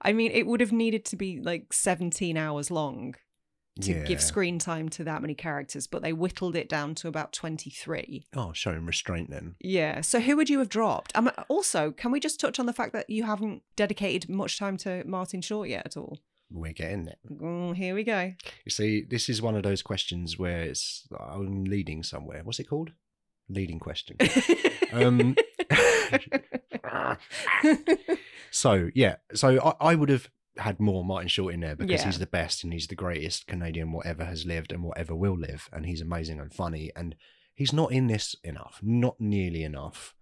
[SPEAKER 1] I mean, it would have needed to be like 17 hours long to give screen time to that many characters, but they whittled it down to about 23.
[SPEAKER 2] Oh, showing restraint then.
[SPEAKER 1] Yeah. So who would you have dropped? Um, also, can we just touch on the fact that you haven't dedicated much time to Martin Short yet at all?
[SPEAKER 2] We're getting there.
[SPEAKER 1] Mm, here we go.
[SPEAKER 2] You see, this is one of those questions where it's I'm leading somewhere. What's it called? Leading question. Um, so yeah, so I, I would have had more Martin Short in there because
[SPEAKER 1] Yeah.
[SPEAKER 2] he's the best and he's the greatest Canadian whatever has lived and whatever will live, and he's amazing and funny, and he's not in this enough, not nearly enough,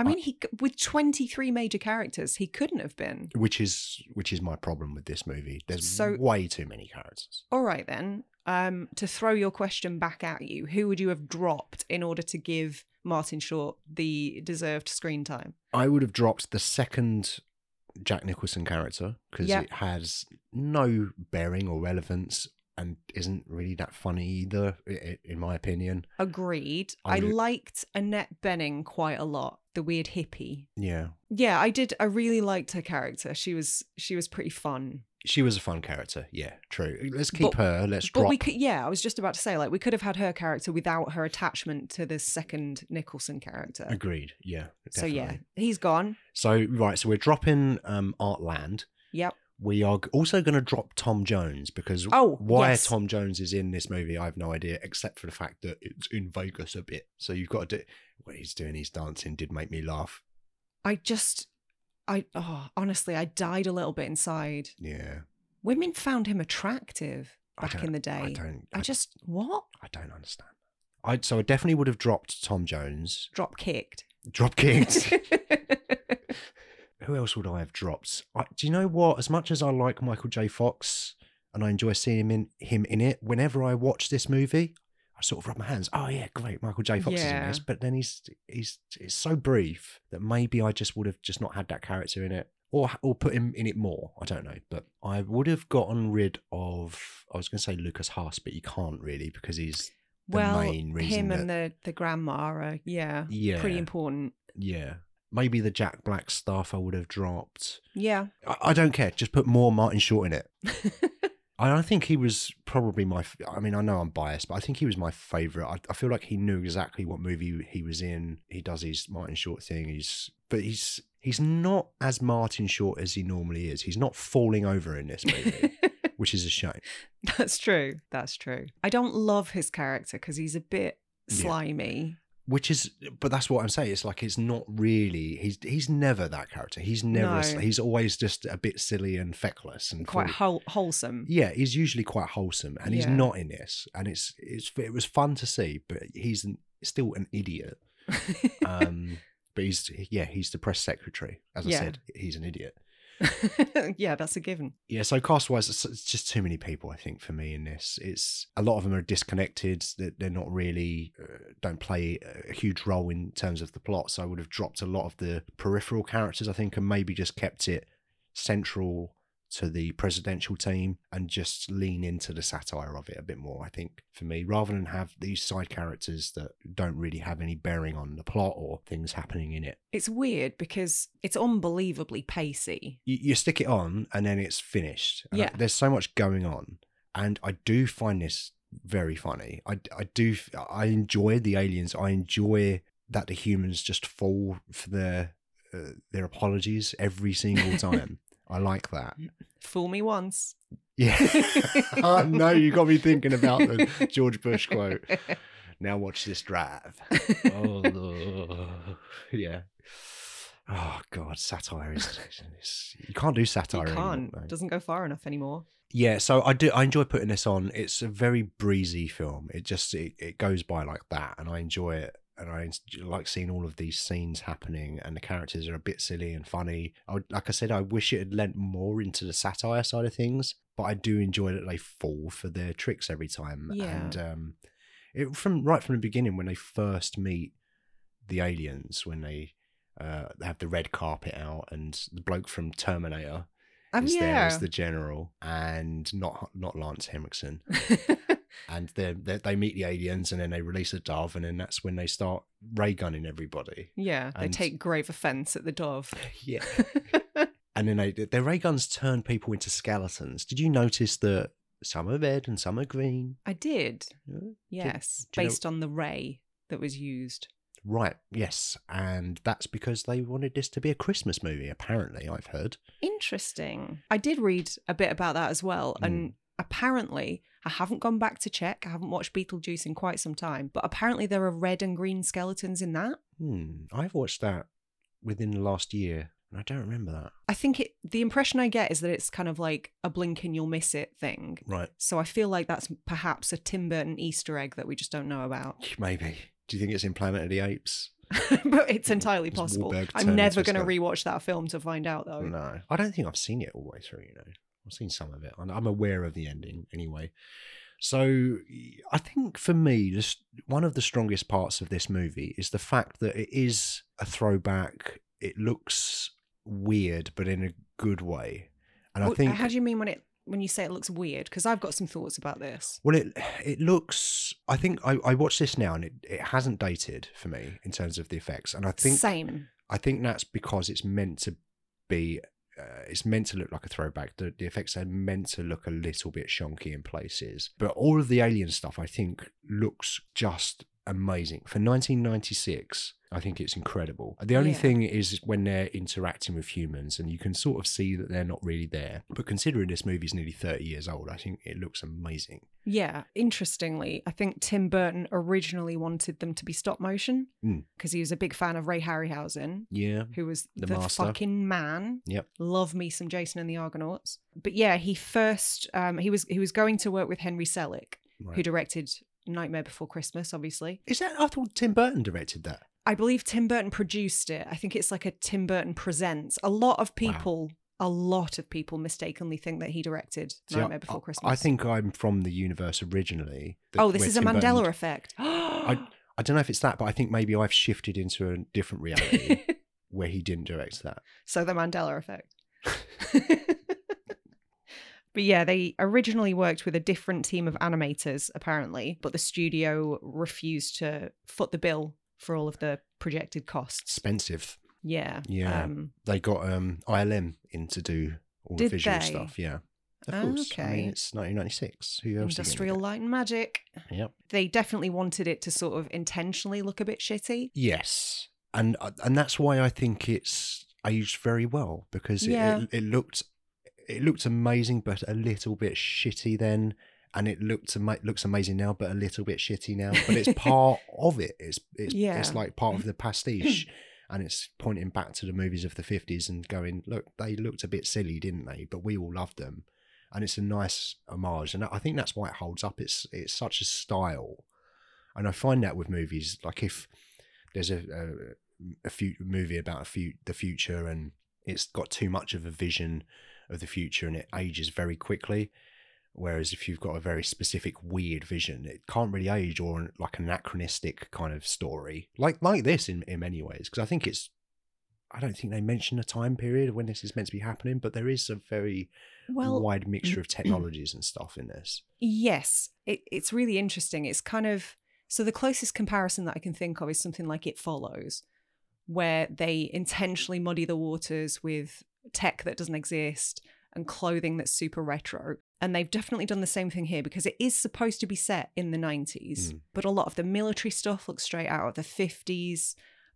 [SPEAKER 1] I mean, he c- with 23 major characters, he couldn't have been.
[SPEAKER 2] which is which is my problem with this movie. There's
[SPEAKER 1] So-
[SPEAKER 2] way too many characters.
[SPEAKER 1] All right then. Um, to throw your question back at you, who would you have dropped in order to give Martin Short the deserved screen time?
[SPEAKER 2] I would have dropped the second Jack Nicholson character because
[SPEAKER 1] Yeah.
[SPEAKER 2] it has no bearing or relevance and isn't really that funny either, i- i- in my opinion.
[SPEAKER 1] Agreed.
[SPEAKER 2] I
[SPEAKER 1] I
[SPEAKER 2] would-
[SPEAKER 1] liked Annette Benning quite a lot, the weird hippie.
[SPEAKER 2] Yeah.
[SPEAKER 1] Yeah, I did. I really liked her character. She was she was pretty fun.
[SPEAKER 2] She was a fun character. Yeah, true. Let's keep
[SPEAKER 1] But-
[SPEAKER 2] her. Let's
[SPEAKER 1] But
[SPEAKER 2] drop.
[SPEAKER 1] we could, yeah, I was just about to say, like, we could have had her character without her attachment to this second Nicholson character.
[SPEAKER 2] Agreed. Yeah.
[SPEAKER 1] so yeah,
[SPEAKER 2] definitely.
[SPEAKER 1] he's gone.
[SPEAKER 2] So, right. So we're dropping um, Artland.
[SPEAKER 1] Yep.
[SPEAKER 2] We are g- also going to drop Tom Jones because
[SPEAKER 1] Oh,
[SPEAKER 2] why
[SPEAKER 1] yes.
[SPEAKER 2] Tom Jones is in this movie, I have no idea, except for the fact that it's in Vegas a bit. So you've got to do what he's doing. He's dancing. Did make me laugh.
[SPEAKER 1] I just, I oh, honestly, I died a little bit inside.
[SPEAKER 2] Yeah,
[SPEAKER 1] Women found him attractive
[SPEAKER 2] I
[SPEAKER 1] back
[SPEAKER 2] don't-
[SPEAKER 1] in the day.
[SPEAKER 2] I don't.
[SPEAKER 1] I
[SPEAKER 2] I,
[SPEAKER 1] just what
[SPEAKER 2] I don't understand. I so I definitely would have dropped Tom Jones,
[SPEAKER 1] drop kicked.
[SPEAKER 2] drop kicked. Who else would I have dropped? I, do you know what? As much as I like Michael J. Fox and I enjoy seeing him in him in it, whenever I watch this movie, I sort of rub my hands. Oh yeah, great, Michael J. Fox is in
[SPEAKER 1] Yeah.
[SPEAKER 2] this, but then he's he's it's so brief that maybe I just would have just not had that character in it. Or, or put him in it more. I don't know, but I would have gotten rid of. I was going to say Lucas Haas, but you can't really because he's
[SPEAKER 1] well,
[SPEAKER 2] main reason
[SPEAKER 1] him and the the grandma are yeah,
[SPEAKER 2] yeah,
[SPEAKER 1] pretty important.
[SPEAKER 2] yeah. Maybe the Jack Black stuff I would have dropped.
[SPEAKER 1] Yeah,
[SPEAKER 2] I, I don't care. Just put more Martin Short in it. I don't think he was probably my. f- I mean, I know I'm biased, but I think he was my favorite. I, I feel like he knew exactly what movie he was in. He does his Martin Short thing. He's but he's he's not as Martin Short as he normally is. He's not falling over in this movie, which is a shame.
[SPEAKER 1] That's true. That's true. I don't love his character because he's a bit
[SPEAKER 2] Yeah.
[SPEAKER 1] slimy.
[SPEAKER 2] Which is, but that's what I'm saying. It's like it's not really. He's he's never that character. He's never. a
[SPEAKER 1] No.
[SPEAKER 2] sl- he's always just a bit silly and feckless and
[SPEAKER 1] Quite
[SPEAKER 2] full-
[SPEAKER 1] whole- wholesome.
[SPEAKER 2] yeah, he's usually quite wholesome, and he's
[SPEAKER 1] Yeah.
[SPEAKER 2] not in this, and it's it's it was fun to see, but he's an, still an idiot. Um, but he's yeah, he's the press secretary, as I
[SPEAKER 1] Yeah.
[SPEAKER 2] said, he's an idiot.
[SPEAKER 1] yeah, that's a given.
[SPEAKER 2] Yeah, so cast-wise, it's, it's just too many people, I think, for me in this. It's a lot of them are disconnected. They're, they're not really uh, don't play a huge role in terms of the plot. So I would have dropped a lot of the peripheral characters, I think, and maybe just kept it central to the presidential team and just lean into the satire of it a bit more, I think, for me, rather than have these side characters that don't really have any bearing on the plot or things happening in it.
[SPEAKER 1] It's weird because it's unbelievably pacey.
[SPEAKER 2] You, you stick it on and then it's finished. And I-
[SPEAKER 1] Yeah.
[SPEAKER 2] there's so much going on. And I do find this very funny. I, I do, f- I enjoy the aliens. I enjoy that the humans just fall for their, uh, their apologies every single time. I like that.
[SPEAKER 1] Fool me once.
[SPEAKER 2] Yeah. I know you got me thinking about the George Bush quote. Now watch this drive. Oh, Lord. yeah. Oh God, satire is it's- you can't do
[SPEAKER 1] you
[SPEAKER 2] satire. anymore,
[SPEAKER 1] can't.
[SPEAKER 2] though.
[SPEAKER 1] Doesn't go far enough anymore.
[SPEAKER 2] yeah, so I do. I enjoy putting this on. It's a very breezy film. It just it, it goes by like that, and I enjoy it. And I en- like seeing all of these scenes happening, and the characters are a bit silly and funny. I would, like I said, I wish it had lent more into the satire side of things, but I do enjoy that they fall for their tricks every time.
[SPEAKER 1] Yeah.
[SPEAKER 2] And um, it from right from the beginning when they first meet the aliens, when they uh, have the red carpet out, and the bloke from Terminator
[SPEAKER 1] Um,
[SPEAKER 2] is there
[SPEAKER 1] yeah.
[SPEAKER 2] as the general and not not Lance Henriksen. And they they they meet the aliens and then they release a dove and then that's when they start ray gunning everybody.
[SPEAKER 1] yeah, they
[SPEAKER 2] And-
[SPEAKER 1] take grave offense at the dove.
[SPEAKER 2] Yeah. and then they their ray guns turn people into skeletons. Did you notice that some are red and some are green?
[SPEAKER 1] I did.
[SPEAKER 2] Yeah.
[SPEAKER 1] Yes,
[SPEAKER 2] do you know-
[SPEAKER 1] based on the ray that was used.
[SPEAKER 2] Right, yes. And that's because they wanted this to be a Christmas movie, apparently, I've heard.
[SPEAKER 1] Interesting. I did read a bit about that as well. And apparently, I haven't gone back to check. I haven't watched Beetlejuice in quite some time. But apparently, there are red and green skeletons in that.
[SPEAKER 2] Hmm. I've watched that within the last year and I don't remember that.
[SPEAKER 1] I think it, the impression I get is that it's kind of like a blink and you'll miss it thing.
[SPEAKER 2] Right.
[SPEAKER 1] So I feel like that's perhaps a Tim Burton Easter egg that we just don't know about.
[SPEAKER 2] Maybe. Do you think it's in Planet of the Apes?
[SPEAKER 1] but it's entirely
[SPEAKER 2] It's
[SPEAKER 1] possible.
[SPEAKER 2] Wahlberg
[SPEAKER 1] I'm
[SPEAKER 2] turned
[SPEAKER 1] never
[SPEAKER 2] into a
[SPEAKER 1] going to rewatch that film to find out though.
[SPEAKER 2] No, I don't think I've seen it all the way through. You know, I've seen some of it. and I'm aware of the ending anyway. So I think for me, this one of the strongest parts of this movie is the fact that it is a throwback. It looks weird, but in a good way. And I
[SPEAKER 1] Wh-
[SPEAKER 2] think
[SPEAKER 1] How do you mean when it when you say it looks weird? Because I've got some thoughts about this.
[SPEAKER 2] Well, it it looks. I think I, I watched this now, and it, it hasn't dated for me in terms of the effects. And I think
[SPEAKER 1] Same.
[SPEAKER 2] I think that's because it's meant to be. Uh, it's meant to look like a throwback. The, the effects are meant to look a little bit shonky in places, but all of the alien stuff I think looks just amazing for 1996. I think it's incredible. The only
[SPEAKER 1] Yeah.
[SPEAKER 2] thing is when they're interacting with humans, and you can sort of see that they're not really there. But considering this movie's nearly 30 years old, I think it looks amazing.
[SPEAKER 1] Yeah. Interestingly, I think Tim Burton originally wanted them to be stop motion
[SPEAKER 2] Mm.
[SPEAKER 1] because he was a big fan of Ray Harryhausen,
[SPEAKER 2] Yeah,
[SPEAKER 1] who was
[SPEAKER 2] The
[SPEAKER 1] the,
[SPEAKER 2] master.
[SPEAKER 1] fucking man.
[SPEAKER 2] Yep.
[SPEAKER 1] Love me some Jason and the Argonauts. But yeah, he first um, he was he was going to work with Henry Selick, who
[SPEAKER 2] right.
[SPEAKER 1] directed Nightmare Before Christmas, obviously.
[SPEAKER 2] Is that? I thought Tim Burton directed that.
[SPEAKER 1] I believe Tim Burton produced it. I think it's like a Tim Burton presents. A lot of
[SPEAKER 2] Wow.
[SPEAKER 1] people, a lot of people mistakenly think that he directed
[SPEAKER 2] See, I-
[SPEAKER 1] Nightmare Before
[SPEAKER 2] I-
[SPEAKER 1] Christmas.
[SPEAKER 2] I think I'm from the universe originally. that-
[SPEAKER 1] Oh, this
[SPEAKER 2] where
[SPEAKER 1] is a
[SPEAKER 2] Tim
[SPEAKER 1] Mandela
[SPEAKER 2] Burton
[SPEAKER 1] effect.
[SPEAKER 2] I don't know if it's that, but I think maybe I've shifted into a different reality where he didn't direct that.
[SPEAKER 1] so the Mandela effect. but yeah, they originally worked with a different team of animators, apparently, but the studio refused to foot the bill for all of the projected costs.
[SPEAKER 2] Expensive.
[SPEAKER 1] Yeah.
[SPEAKER 2] Yeah.
[SPEAKER 1] Um,
[SPEAKER 2] They got um, ILM in to do all the
[SPEAKER 1] Did
[SPEAKER 2] visual
[SPEAKER 1] they?
[SPEAKER 2] stuff. Yeah. Of
[SPEAKER 1] Ah,
[SPEAKER 2] course. I mean,
[SPEAKER 1] okay.
[SPEAKER 2] it's 1996. Who else? are you
[SPEAKER 1] industrial
[SPEAKER 2] gonna
[SPEAKER 1] light and magic.
[SPEAKER 2] get? Yep.
[SPEAKER 1] They definitely wanted it to sort of intentionally look a bit shitty.
[SPEAKER 2] Yes, and uh, and that's why I think it's aged very well because it,
[SPEAKER 1] Yeah.
[SPEAKER 2] it, it looked it looked amazing, but a little bit shitty then, and it looked ama- looks amazing now, but a little bit shitty now. But it's part of it. It's it's
[SPEAKER 1] Yeah.
[SPEAKER 2] it's like part of the pastiche. And it's pointing back to the movies of the 50s and going, look, they looked a bit silly, didn't they? But we all loved them. And it's a nice homage. And I think that's why it holds up. It's it's such a style. And I find that with movies, like if there's a a, a few movie about a few, the future and it's got too much of a vision of the future and it ages very quickly. Whereas if you've got a very specific weird vision, it can't really age or an- like anachronistic kind of story, like like this in, in many ways. Because I think it's, I don't think they mention a time period when this is meant to be happening, but there is a very
[SPEAKER 1] Well,
[SPEAKER 2] wide mixture of technologies and stuff in this.
[SPEAKER 1] Yes, it, it's really interesting. It's kind of so the closest comparison that I can think of is something like It Follows, where they intentionally muddy the waters with tech that doesn't exist and clothing that's super retro. And they've definitely done the same thing here because it is supposed to be set in the 90s,
[SPEAKER 2] Mm.
[SPEAKER 1] but a lot of the military stuff looks straight out of the 50s.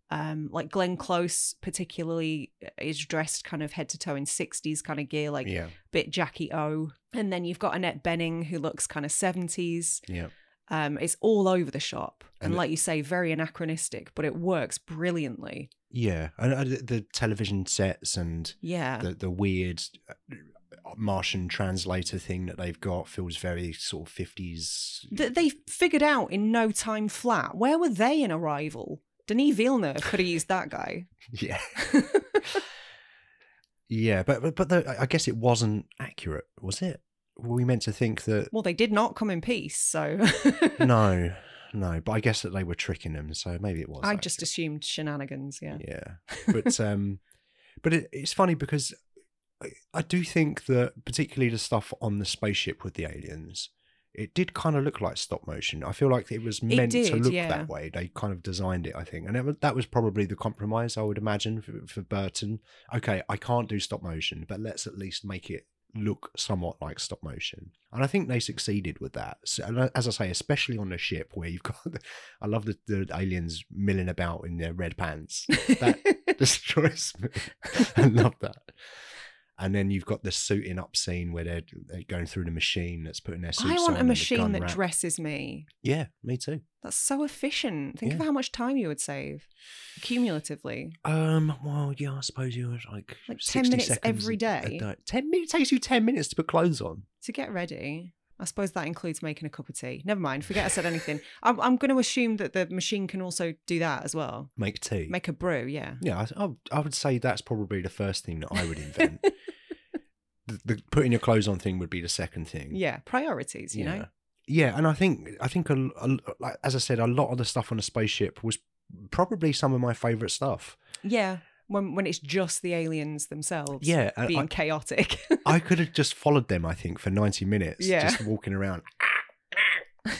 [SPEAKER 1] Um, like Glenn Close, particularly, uh, is dressed kind of head to toe in 60s kind of gear, like
[SPEAKER 2] yeah,
[SPEAKER 1] bit Jackie O. And then you've got Annette Benning, who looks kind of 70s.
[SPEAKER 2] yeah.
[SPEAKER 1] Um, it's all over the shop. And,
[SPEAKER 2] And it-
[SPEAKER 1] like you say, very anachronistic, but it works brilliantly.
[SPEAKER 2] Yeah, and uh, the, the television sets and
[SPEAKER 1] Yeah.
[SPEAKER 2] the the weird uh, Martian translator thing that they've got feels very sort of fifties.
[SPEAKER 1] That they figured out in no time flat. Where were they in Arrival? Denis Villeneuve could have used that guy.
[SPEAKER 2] Yeah, yeah, but but, but the, I- I guess it wasn't accurate, was it? Were we meant to think that?
[SPEAKER 1] well, they did not come in peace. So
[SPEAKER 2] no, no. But I guess that they were tricking them, so maybe it was.
[SPEAKER 1] I just
[SPEAKER 2] accurate.
[SPEAKER 1] assumed shenanigans. Yeah.
[SPEAKER 2] yeah but um but it, it's funny because I, I do think that particularly the stuff on the spaceship with the aliens it did kind of look like stop motion i feel like it was meant to
[SPEAKER 1] did,
[SPEAKER 2] look
[SPEAKER 1] yeah.
[SPEAKER 2] that way they kind of designed it i think and that was, that was probably the compromise i would imagine for, for burton okay i can't do stop motion but let's at least make it look somewhat like stop motion and i think they succeeded with that so, and as i say especially on the ship where you've got the, i love the, the aliens milling about in their red pants That- destroys me. I love that. And then you've got the suiting up scene where they're, they're going through the machine that's putting their suits
[SPEAKER 1] I
[SPEAKER 2] on
[SPEAKER 1] want a
[SPEAKER 2] and the
[SPEAKER 1] machine
[SPEAKER 2] gun
[SPEAKER 1] that
[SPEAKER 2] rack.
[SPEAKER 1] dresses me.
[SPEAKER 2] Yeah, me too.
[SPEAKER 1] That's so efficient. Think of
[SPEAKER 2] Yeah.
[SPEAKER 1] how much time you would save cumulatively.
[SPEAKER 2] Um. Well, yeah. I suppose you were like
[SPEAKER 1] Like 10
[SPEAKER 2] 60
[SPEAKER 1] minutes
[SPEAKER 2] seconds
[SPEAKER 1] every
[SPEAKER 2] a- a
[SPEAKER 1] day?
[SPEAKER 2] day. Ten minutes takes you ten minutes to put clothes on.
[SPEAKER 1] to get ready i suppose that includes making a cup of tea never mind forget i said anything i'm, I'm going to assume that the machine can also do that as well
[SPEAKER 2] Make tea.
[SPEAKER 1] make a brew yeah
[SPEAKER 2] yeah. I, I, would- I would say that's probably the first thing that I would invent. the, the putting your clothes on thing would be the second thing.
[SPEAKER 1] yeah priorities you know
[SPEAKER 2] Yeah, and I think I think a, a, like, as I said, a lot of the stuff on the spaceship was probably some of my favorite stuff.
[SPEAKER 1] yeah when, when it's just the aliens themselves
[SPEAKER 2] Yeah, and
[SPEAKER 1] being
[SPEAKER 2] I,
[SPEAKER 1] chaotic
[SPEAKER 2] I could have just followed them. I think for ninety minutes,
[SPEAKER 1] Yeah.
[SPEAKER 2] just walking around,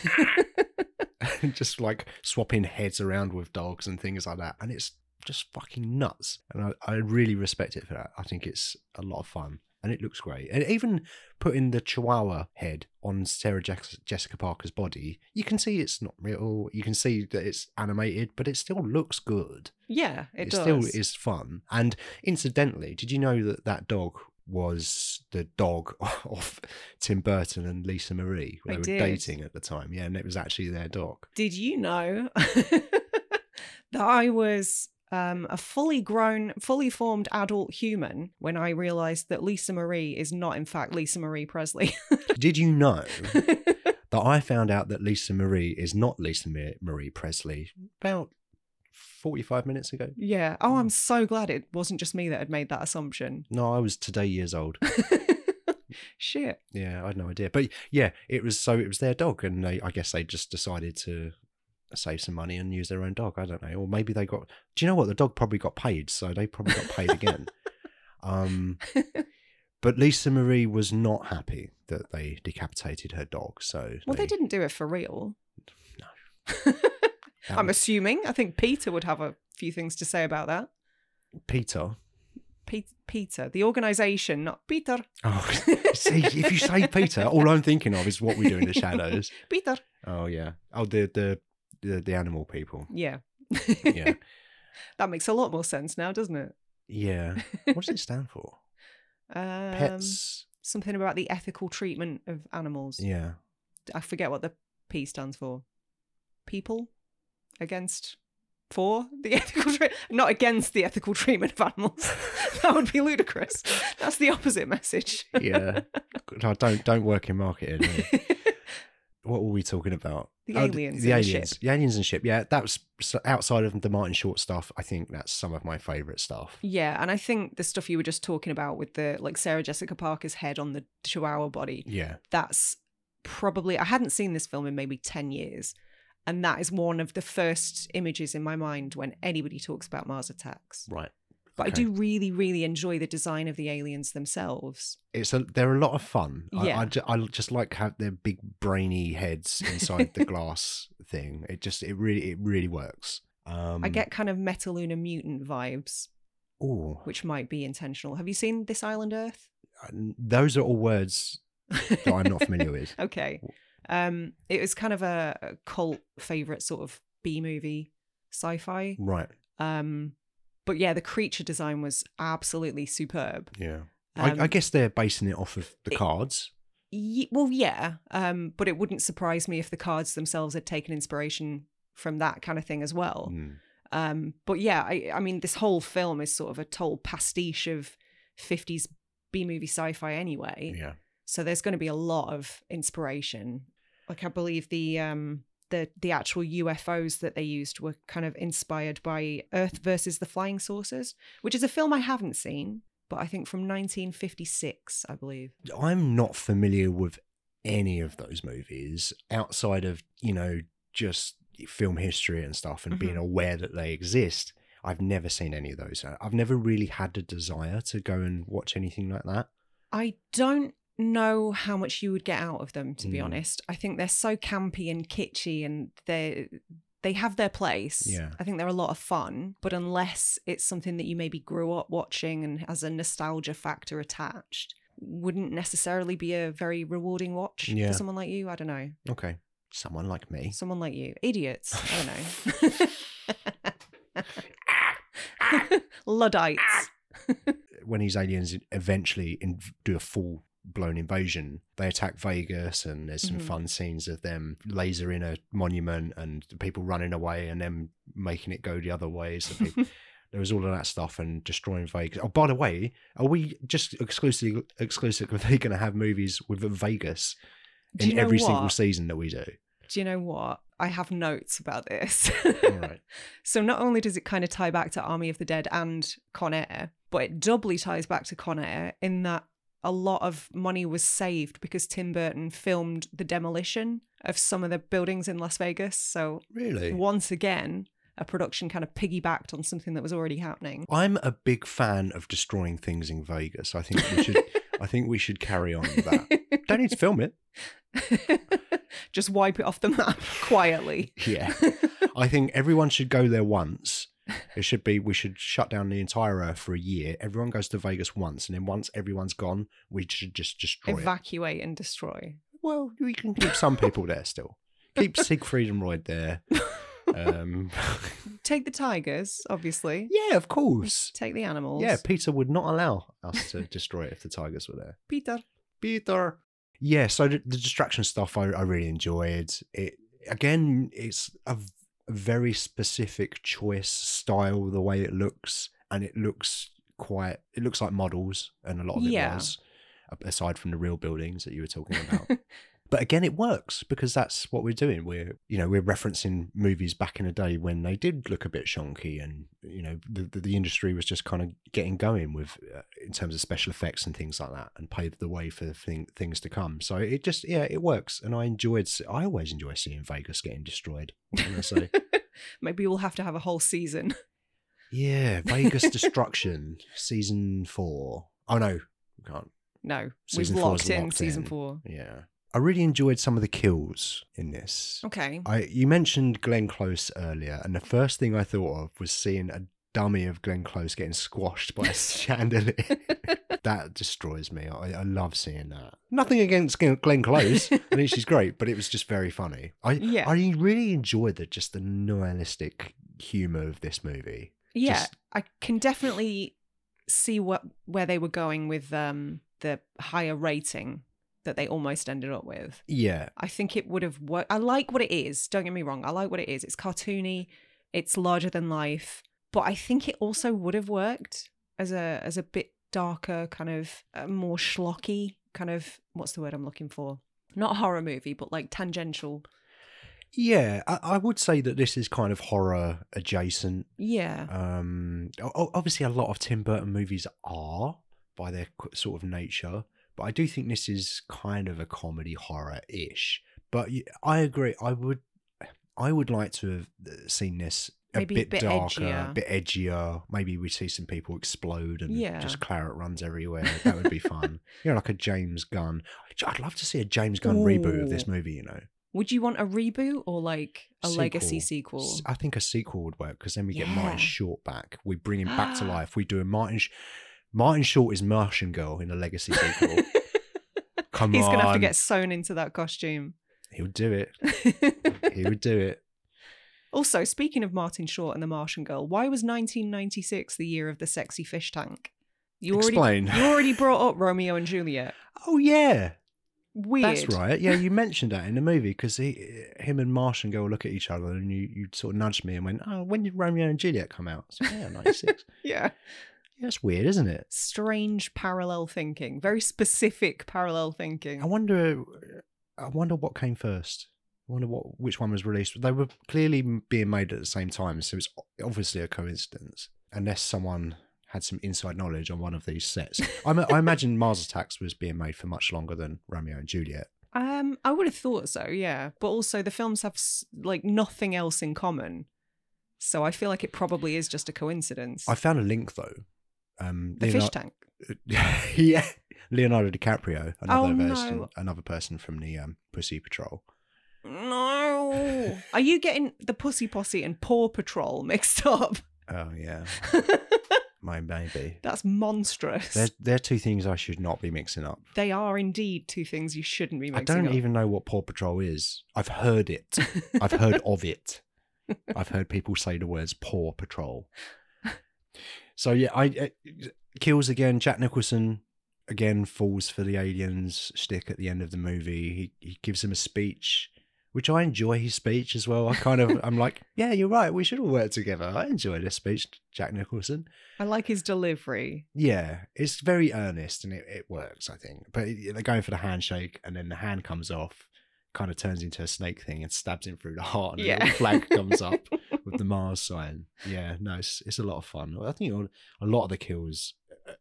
[SPEAKER 2] and just like swapping heads around with dogs and things like that, and it's just fucking nuts. And I, I really respect it for that. I think it's a lot of fun. And it looks great. And even putting the chihuahua head on Sarah Jack- Jessica Parker's body, you can see it's not real. You can see that it's animated, but it still looks good.
[SPEAKER 1] yeah it, does
[SPEAKER 2] still is fun. And incidentally, did you know that that dog was the dog of Tim Burton and Lisa Marie? They
[SPEAKER 1] I
[SPEAKER 2] were
[SPEAKER 1] did.
[SPEAKER 2] dating at the time. Yeah, and it was actually their dog.
[SPEAKER 1] did you know that I was um, a fully grown, fully formed adult human when I realized that Lisa Marie is not, in fact, Lisa Marie Presley?
[SPEAKER 2] Did you know that I found out that Lisa Marie is not Lisa Ma- Marie Presley about 45 minutes ago?
[SPEAKER 1] yeah. Oh,
[SPEAKER 2] Mm.
[SPEAKER 1] I'm so glad it wasn't just me that had made that assumption.
[SPEAKER 2] No, I was today years old.
[SPEAKER 1] Shit.
[SPEAKER 2] Yeah, I had no idea. But yeah, it was so it was their dog, and they I guess they just decided to save some money and use their own dog. I don't know, or maybe they got. Do you know what? The dog probably got paid, so they probably got paid again. um, but Lisa Marie was not happy that they decapitated her dog. So
[SPEAKER 1] Well, they didn't do it for real.
[SPEAKER 2] No.
[SPEAKER 1] No.
[SPEAKER 2] that
[SPEAKER 1] I'm
[SPEAKER 2] was-
[SPEAKER 1] assuming. I think Peter would have a few things to say about that.
[SPEAKER 2] Peter.
[SPEAKER 1] Pe- Peter, the organization, not Peter.
[SPEAKER 2] Oh, see, if you say Peter, all I'm thinking of is what we do in the shadows.
[SPEAKER 1] Peter.
[SPEAKER 2] Oh yeah. Oh the the the, the animal people.
[SPEAKER 1] Yeah.
[SPEAKER 2] Yeah.
[SPEAKER 1] that makes a lot more sense now, doesn't it?
[SPEAKER 2] Yeah. What does it stand for?
[SPEAKER 1] Um,
[SPEAKER 2] Pets.
[SPEAKER 1] Something about the ethical treatment of animals.
[SPEAKER 2] yeah.
[SPEAKER 1] I forget what the P stands for. People against for the ethical tre- not against the ethical treatment of animals. that would be ludicrous. That's the opposite message.
[SPEAKER 2] yeah. God, I don't don't work in marketing. eh? what were we talking about?
[SPEAKER 1] The
[SPEAKER 2] Oh,
[SPEAKER 1] aliens
[SPEAKER 2] The,
[SPEAKER 1] in the ship.
[SPEAKER 2] aliens. The aliens and ship. Yeah, that was so outside of the Martin Short stuff. I think that's some of my favorite stuff.
[SPEAKER 1] Yeah, and I think the stuff you were just talking about with the like Sarah Jessica Parker's head on the Chihuahua body,
[SPEAKER 2] Yeah.
[SPEAKER 1] that's probably I hadn't seen this film in maybe 10 years. And that is one of the first images in my mind when anybody talks about Mars attacks.
[SPEAKER 2] Right.
[SPEAKER 1] But
[SPEAKER 2] Okay.
[SPEAKER 1] I do really, really enjoy the design of the aliens themselves.
[SPEAKER 2] It's a. They're a lot of fun. I, I,
[SPEAKER 1] Yeah.
[SPEAKER 2] ju- I just like have their big brainy heads inside the glass thing. It just. It really. It really works. Um,
[SPEAKER 1] I get kind of Metaluna mutant vibes,
[SPEAKER 2] Oh,
[SPEAKER 1] which might be intentional. Have you seen This Island Earth?
[SPEAKER 2] uh, those are all words that I'm not familiar with.
[SPEAKER 1] Okay. Um, it was kind of a a cult favorite sort of B movie sci-fi.
[SPEAKER 2] Right.
[SPEAKER 1] Um, but yeah, the creature design was absolutely superb.
[SPEAKER 2] Yeah.
[SPEAKER 1] Um,
[SPEAKER 2] I, I guess they're basing it off of the
[SPEAKER 1] it-
[SPEAKER 2] cards.
[SPEAKER 1] Ye- well, yeah. Um, but it wouldn't surprise me if the cards themselves had taken inspiration from that kind of thing as well.
[SPEAKER 2] Mm.
[SPEAKER 1] Um, but yeah, I, I mean, this whole film is sort of a total pastiche of 50s B movie sci fi anyway.
[SPEAKER 2] Yeah.
[SPEAKER 1] So there's going to be a lot of inspiration. Like I believe the um the the actual UFOs that they used were kind of inspired by Earth versus the Flying Saucers, which is a film I haven't seen, but I think from 1956, I believe.
[SPEAKER 2] I'm not familiar with any of those movies outside of, you know, just film history and stuff and being aware that they exist. I've never seen any of those. I- I've never really had a desire to go and watch anything like that.
[SPEAKER 1] I don't know how much you would get out of them to be
[SPEAKER 2] Mm.
[SPEAKER 1] honest. I think they're so campy and kitschy and they they have their place.
[SPEAKER 2] Yeah.
[SPEAKER 1] I think they're a lot of fun, but unless it's something that you maybe grew up watching and has a nostalgia factor attached, wouldn't necessarily be a very rewarding watch
[SPEAKER 2] Yeah.
[SPEAKER 1] for someone like you. I don't know.
[SPEAKER 2] Okay. Someone like me.
[SPEAKER 1] Someone like you. Idiots. I don't know. Luddites.
[SPEAKER 2] When these aliens e-, eventually in, do a full blown invasion, they attack Vegas and there's some
[SPEAKER 1] Mhm.
[SPEAKER 2] fun scenes of them lasering a monument and the people running away and them making it go the other way. So people there was all of that stuff and destroying Vegas. Oh, by the way, are we just exclusively exclusively going to have movies with Vegas
[SPEAKER 1] Do
[SPEAKER 2] in
[SPEAKER 1] you know
[SPEAKER 2] every
[SPEAKER 1] what?
[SPEAKER 2] single season that we do?
[SPEAKER 1] Do you know what? I have notes about this.
[SPEAKER 2] All right.
[SPEAKER 1] So not only does it kind of tie back to Army of the Dead and Con Air, but it doubly ties back to Con Air in that a lot of money was saved because Tim Burton filmed the demolition of some of the buildings in Las Vegas. So
[SPEAKER 2] Really?
[SPEAKER 1] once again, a production kind of piggybacked on something that was already happening.
[SPEAKER 2] I'm a big fan of destroying things in Vegas. I think we should I think we should carry on with that. Don't need to film it.
[SPEAKER 1] Just wipe it off the map quietly.
[SPEAKER 2] Yeah. I think everyone should go there once. It should be we should shut down the entire earth for a year. Everyone goes to Vegas once and then once everyone's gone, we should just destroy it.
[SPEAKER 1] Evacuate and destroy.
[SPEAKER 2] well, we can keep some people there still. Keep Siegfried and Royd there. Um,
[SPEAKER 1] Take the tigers, obviously.
[SPEAKER 2] yeah, of course.
[SPEAKER 1] Take the animals.
[SPEAKER 2] Yeah, Peter would not allow us to destroy it if the tigers were there.
[SPEAKER 1] Peter.
[SPEAKER 2] Peter. Yeah, so the, the distraction stuff I, I really enjoyed. It again, it's a v- a very specific choice style, the way it looks, and it looks quite. It looks like models, and a lot of it
[SPEAKER 1] Yeah.
[SPEAKER 2] was a- aside from the real buildings that you were talking about. but again, it works because that's what we're doing. We're you know we're referencing movies back in the day when they did look a bit shonky, and you know the the, the industry was just kind of getting going with uh, in terms of special effects and things like that, and paved the way for thing, things to come. So it just yeah, it works, and I enjoyed. s- I always enjoy seeing Vegas getting destroyed. What can I say?
[SPEAKER 1] Maybe we'll have to have a whole season.
[SPEAKER 2] yeah, Vegas Destruction season four. Oh no, we can't.
[SPEAKER 1] No,
[SPEAKER 2] Season
[SPEAKER 1] we've
[SPEAKER 2] four
[SPEAKER 1] locked
[SPEAKER 2] is
[SPEAKER 1] in
[SPEAKER 2] locked
[SPEAKER 1] season
[SPEAKER 2] in.
[SPEAKER 1] four.
[SPEAKER 2] Yeah, I really enjoyed some of the kills in this.
[SPEAKER 1] Okay.
[SPEAKER 2] I you mentioned Glenn Close earlier, and the first thing I thought of was seeing a dummy of Glenn Close getting squashed by a chandelier. that destroys me. I, I love seeing that. Nothing against Glenn- Glenn Close. I think she's great, but it was just very funny. I
[SPEAKER 1] Yeah.
[SPEAKER 2] I really enjoyed the just the nihilistic humor of this movie.
[SPEAKER 1] yeah,
[SPEAKER 2] just-
[SPEAKER 1] I can definitely see what where they were going with um the higher rating that they almost ended up with.
[SPEAKER 2] Yeah,
[SPEAKER 1] I think it would have worked. I like what it is. Don't get me wrong. I like what it is. It's cartoony. It's larger than life. But I think it also would have worked as a as a bit darker, kind of uh, more schlocky, kind of what's the word I'm looking for? Not horror movie, but like tangential.
[SPEAKER 2] Yeah, I, I would say that this is kind of horror adjacent.
[SPEAKER 1] Yeah.
[SPEAKER 2] Um, o- o- obviously, a lot of Tim Burton movies are by their qu- sort of nature, but I do think this is kind of a comedy horror ish. But y- I agree. I would, I would like to have uh, seen this a
[SPEAKER 1] Maybe a
[SPEAKER 2] bit,
[SPEAKER 1] bit
[SPEAKER 2] darker, a
[SPEAKER 1] edgier.
[SPEAKER 2] bit edgier. Maybe we see some people explode and
[SPEAKER 1] Yeah.
[SPEAKER 2] just claret runs everywhere. That would be fun. you know, like a James Gunn. I'd love to see a James Gunn reboot of this
[SPEAKER 1] Ooh.
[SPEAKER 2] movie. You know.
[SPEAKER 1] Would you want a reboot or like a legacy sequel?
[SPEAKER 2] S- I think a sequel would work because then we get Martin
[SPEAKER 1] Yeah. Ah.
[SPEAKER 2] Short back. We bring him back to life. We do a Martin. Sh- Martin Short is Martian Girl in a legacy sequel. Come
[SPEAKER 1] He's
[SPEAKER 2] on,
[SPEAKER 1] gonna have to get sewn into that costume.
[SPEAKER 2] he'll do it. He would do it.
[SPEAKER 1] also, speaking of Martin Short and the Martian Girl, why was 1996 the year of the sexy fish tank? You already
[SPEAKER 2] Explain.
[SPEAKER 1] you already brought up Romeo and Juliet.
[SPEAKER 2] oh yeah,
[SPEAKER 1] Weird.
[SPEAKER 2] that's right. Yeah, you mentioned that in the movie because he, him and Martian Girl look at each other, and you, you sort of nudged me and went, "Oh, when did Romeo and Juliet come out?" So, yeah, ninety six.
[SPEAKER 1] Yeah.
[SPEAKER 2] yeah, that's weird, isn't it?
[SPEAKER 1] Strange parallel thinking. Very specific parallel
[SPEAKER 2] I
[SPEAKER 1] thinking.
[SPEAKER 2] wonder. I wonder what came first. I wonder what which one was released. They were clearly m- being made at the same time, so it's o- obviously a coincidence, unless someone had some inside knowledge on one of these sets. I, ma- I imagine Mars Attacks was being made for much longer than Romeo and Juliet.
[SPEAKER 1] Um, I would have thought so, yeah. But also, the films have s- like nothing else in common, so I feel like it probably is just a coincidence.
[SPEAKER 2] I found a link though. Um,
[SPEAKER 1] the fish tank.
[SPEAKER 2] Leonardo- yeah, Leonardo DiCaprio, another
[SPEAKER 1] Oh,
[SPEAKER 2] person,
[SPEAKER 1] no.
[SPEAKER 2] another person from the um, Pussy Patrol.
[SPEAKER 1] No, are you getting the Pussy Posse and Paw Patrol mixed up?
[SPEAKER 2] Oh yeah, my baby.
[SPEAKER 1] That's monstrous.
[SPEAKER 2] There, there are two things I should not be mixing up.
[SPEAKER 1] They are indeed two things you shouldn't be
[SPEAKER 2] I
[SPEAKER 1] mixing
[SPEAKER 2] don't
[SPEAKER 1] up.
[SPEAKER 2] even know what Paw Patrol is. I've heard it. I've heard of it. I've heard people say the words Paw Patrol. So yeah, I uh, kills again. Jack Nicholson again falls for the aliens stick at the end of the movie. He he gives him a speech, which I enjoy his speech as well. I kind of I'm like, yeah, you're right. We should all work together. I enjoy this speech, Jack Nicholson.
[SPEAKER 1] I like his delivery.
[SPEAKER 2] Yeah, it's very earnest and it, it works, I think. But it- they're going for the handshake, and then the hand comes off, kind of turns into a snake thing and stabs him through the heart, and
[SPEAKER 1] Yeah.
[SPEAKER 2] a little flag comes up with the Mars sign. Yeah, no, it's, it's a lot of fun. I think all- a lot of the kills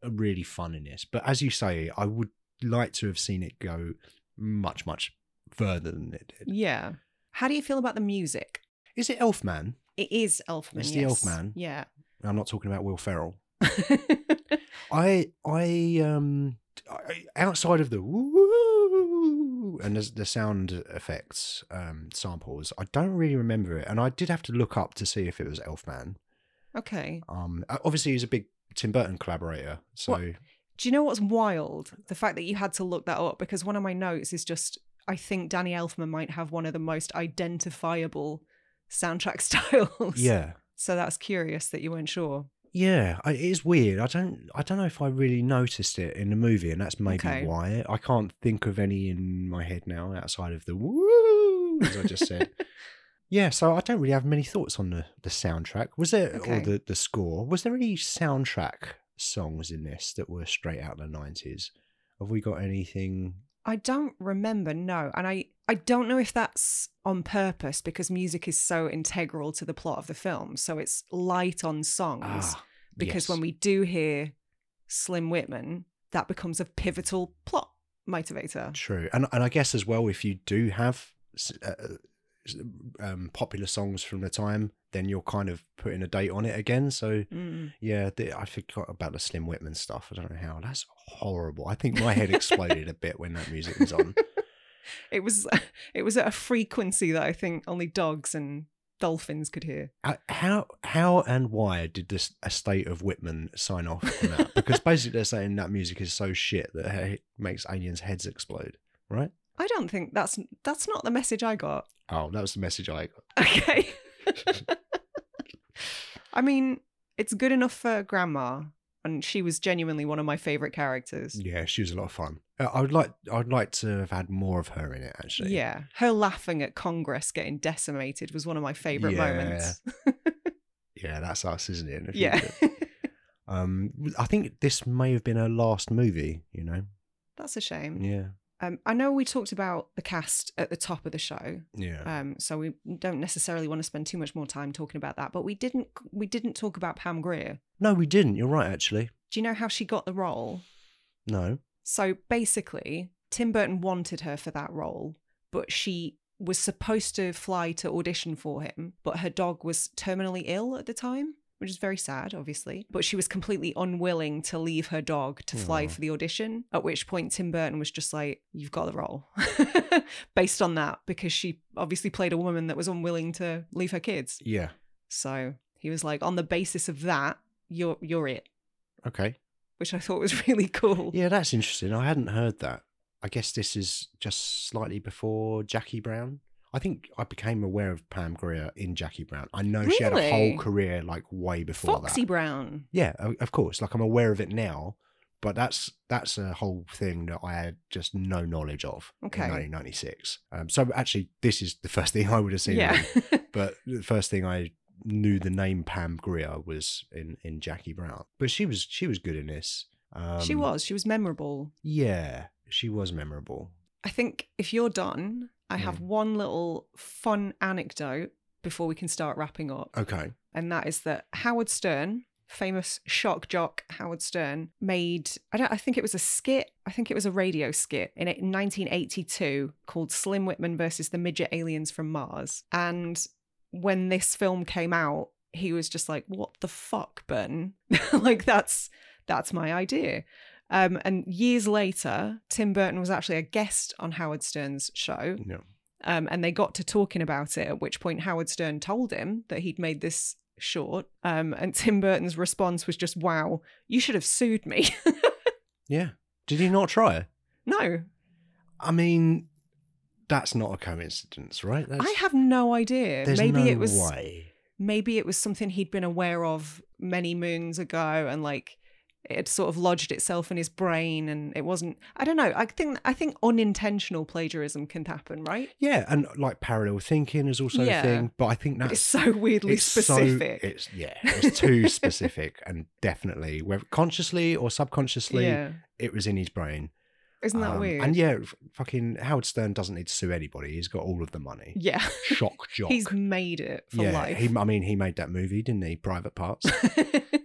[SPEAKER 2] are really fun in this. But as you say, I would like to have seen it go much, much further than it did.
[SPEAKER 1] Yeah. How do you feel about the music?
[SPEAKER 2] Is it Elfman?
[SPEAKER 1] It is Elfman.
[SPEAKER 2] It's the
[SPEAKER 1] yes.
[SPEAKER 2] Elfman.
[SPEAKER 1] Yeah.
[SPEAKER 2] I'm not talking about Will Ferrell. I I um I, outside of the woo and the, the sound effects um samples, I don't really remember it, and I did have to look up to see if it was Elfman.
[SPEAKER 1] okay.
[SPEAKER 2] Um, obviously he's a big Tim Burton collaborator, so
[SPEAKER 1] What? Do you know what's wild? The fact that you had to look that up because one of my notes is just I think Danny Elfman might have one of the most identifiable soundtrack styles.
[SPEAKER 2] yeah,
[SPEAKER 1] So that's curious that you weren't sure.
[SPEAKER 2] yeah, I, it is weird. I don't I don't know if I really noticed it in the movie, and that's maybe
[SPEAKER 1] Okay.
[SPEAKER 2] why I can't think of any in my head now outside of the woo as I just said. Yeah, so I don't really have many thoughts on the, the soundtrack. Was there or
[SPEAKER 1] Okay.
[SPEAKER 2] the, the score? Was there any soundtrack songs in this that were straight out of the nineties? Have we got anything?
[SPEAKER 1] I don't remember, no. And I, I don't know if that's on purpose because music is so integral to the plot of the film. So it's light on songs.
[SPEAKER 2] Ah,
[SPEAKER 1] because when
[SPEAKER 2] yes.
[SPEAKER 1] we do hear Slim Whitman, that becomes a pivotal plot motivator.
[SPEAKER 2] true, and and I guess as well, if you do have s- uh, uh, s- um, popular songs from the time, then you're kind of putting a date on it again. So
[SPEAKER 1] Mm.
[SPEAKER 2] yeah, the, I forgot about the Slim Whitman stuff. I don't know how. That's horrible. I think my head exploded a bit when that music was on.
[SPEAKER 1] It was it was at a frequency that I think only dogs and dolphins could hear.
[SPEAKER 2] Uh, how how and why did this estate of Whitman sign off on that? Because basically they're saying that music is so shit that it makes aliens' heads explode, right?
[SPEAKER 1] I don't think that's that's not the message I got.
[SPEAKER 2] Oh, that was the message I got.
[SPEAKER 1] Okay. I mean, it's good enough for grandma and she was genuinely one of my favorite characters.
[SPEAKER 2] Yeah, she was a lot of fun. Uh, I would like I'd like to have had more of her in it actually.
[SPEAKER 1] Yeah. Her laughing at Congress getting decimated was one of my favorite
[SPEAKER 2] Yeah.
[SPEAKER 1] moments.
[SPEAKER 2] yeah, that's us, isn't it? in the
[SPEAKER 1] Yeah.
[SPEAKER 2] future? um, I think this may have been her last movie. You know,
[SPEAKER 1] that's a shame.
[SPEAKER 2] yeah.
[SPEAKER 1] Um, I know we talked about the cast at the top of the show,
[SPEAKER 2] Yeah.
[SPEAKER 1] um, so we don't necessarily want to spend too much more time talking about that. But we didn't we didn't talk about Pam Greer.
[SPEAKER 2] no, we didn't. You're right, actually.
[SPEAKER 1] Do you know how she got the role?
[SPEAKER 2] No.
[SPEAKER 1] So basically, Tim Burton wanted her for that role, but she was supposed to fly to audition for him, but her dog was terminally ill at the time, which is very sad, obviously. But she was completely unwilling to leave her dog to fly
[SPEAKER 2] Aw.
[SPEAKER 1] for the audition, at which point Tim Burton was just like, You've got the role, based on that, because she obviously played a woman that was unwilling to leave her kids.
[SPEAKER 2] Yeah.
[SPEAKER 1] So he was like, On the basis of that, you're, you're it,
[SPEAKER 2] Okay.
[SPEAKER 1] which I thought was really cool.
[SPEAKER 2] Yeah, that's interesting. I hadn't heard that. I guess this is just slightly before Jackie Brown. I think I became aware of Pam Greer in Jackie Brown. I know she had a
[SPEAKER 1] Really?
[SPEAKER 2] whole career like way before
[SPEAKER 1] Foxy
[SPEAKER 2] that.
[SPEAKER 1] Brown.
[SPEAKER 2] Yeah, o- of course. Like I'm aware of it now, but that's that's a whole thing that I had just no knowledge of
[SPEAKER 1] Okay.
[SPEAKER 2] in 1996. Um, so actually, this is the first thing I would have seen. her in. But the first thing I knew the name Pam Greer was in in Jackie Brown. But she was she was good in this. Um,
[SPEAKER 1] she was. She was memorable.
[SPEAKER 2] Yeah, she was memorable.
[SPEAKER 1] I think if you're done, I have
[SPEAKER 2] Mm.
[SPEAKER 1] one little fun anecdote before we can start wrapping up.
[SPEAKER 2] Okay.
[SPEAKER 1] And that is that Howard Stern, famous shock jock Howard Stern, made, I, don't, I think it was a skit, I think it was a radio skit in 1982 called Slim Whitman versus the Midget Aliens from Mars. And when this film came out, he was just like, "What the fuck, Burton? like that's that's my idea." Um, and years later, Tim Burton was actually a guest on Howard Stern's show,
[SPEAKER 2] No.
[SPEAKER 1] um, and they got to talking about it. At which point, Howard Stern told him that he'd made this short, um, and Tim Burton's response was just, "Wow, you should have sued me."
[SPEAKER 2] Yeah. Did he not try it?
[SPEAKER 1] no,
[SPEAKER 2] I mean, that's not a coincidence, right? That's,
[SPEAKER 1] I have no idea.
[SPEAKER 2] There's
[SPEAKER 1] Maybe
[SPEAKER 2] no
[SPEAKER 1] it was
[SPEAKER 2] way.
[SPEAKER 1] maybe it was something he'd been aware of many moons ago and like it had sort of lodged itself in his brain and it wasn't i don't know i think i think unintentional plagiarism can happen right
[SPEAKER 2] Yeah, and like parallel thinking is also
[SPEAKER 1] Yeah.
[SPEAKER 2] a thing, but I think that's
[SPEAKER 1] it's so weirdly
[SPEAKER 2] it's so-
[SPEAKER 1] specific
[SPEAKER 2] it's yeah, it's too specific, and definitely, whether consciously or subconsciously,
[SPEAKER 1] yeah
[SPEAKER 2] it was in his brain.
[SPEAKER 1] isn't that
[SPEAKER 2] Um,
[SPEAKER 1] weird
[SPEAKER 2] And yeah, f- fucking Howard Stern doesn't need to sue anybody. He's got all of the money.
[SPEAKER 1] yeah
[SPEAKER 2] Shock jock.
[SPEAKER 1] he's made it for
[SPEAKER 2] yeah,
[SPEAKER 1] life
[SPEAKER 2] he. I mean, he made that movie, didn't he? Private Parts.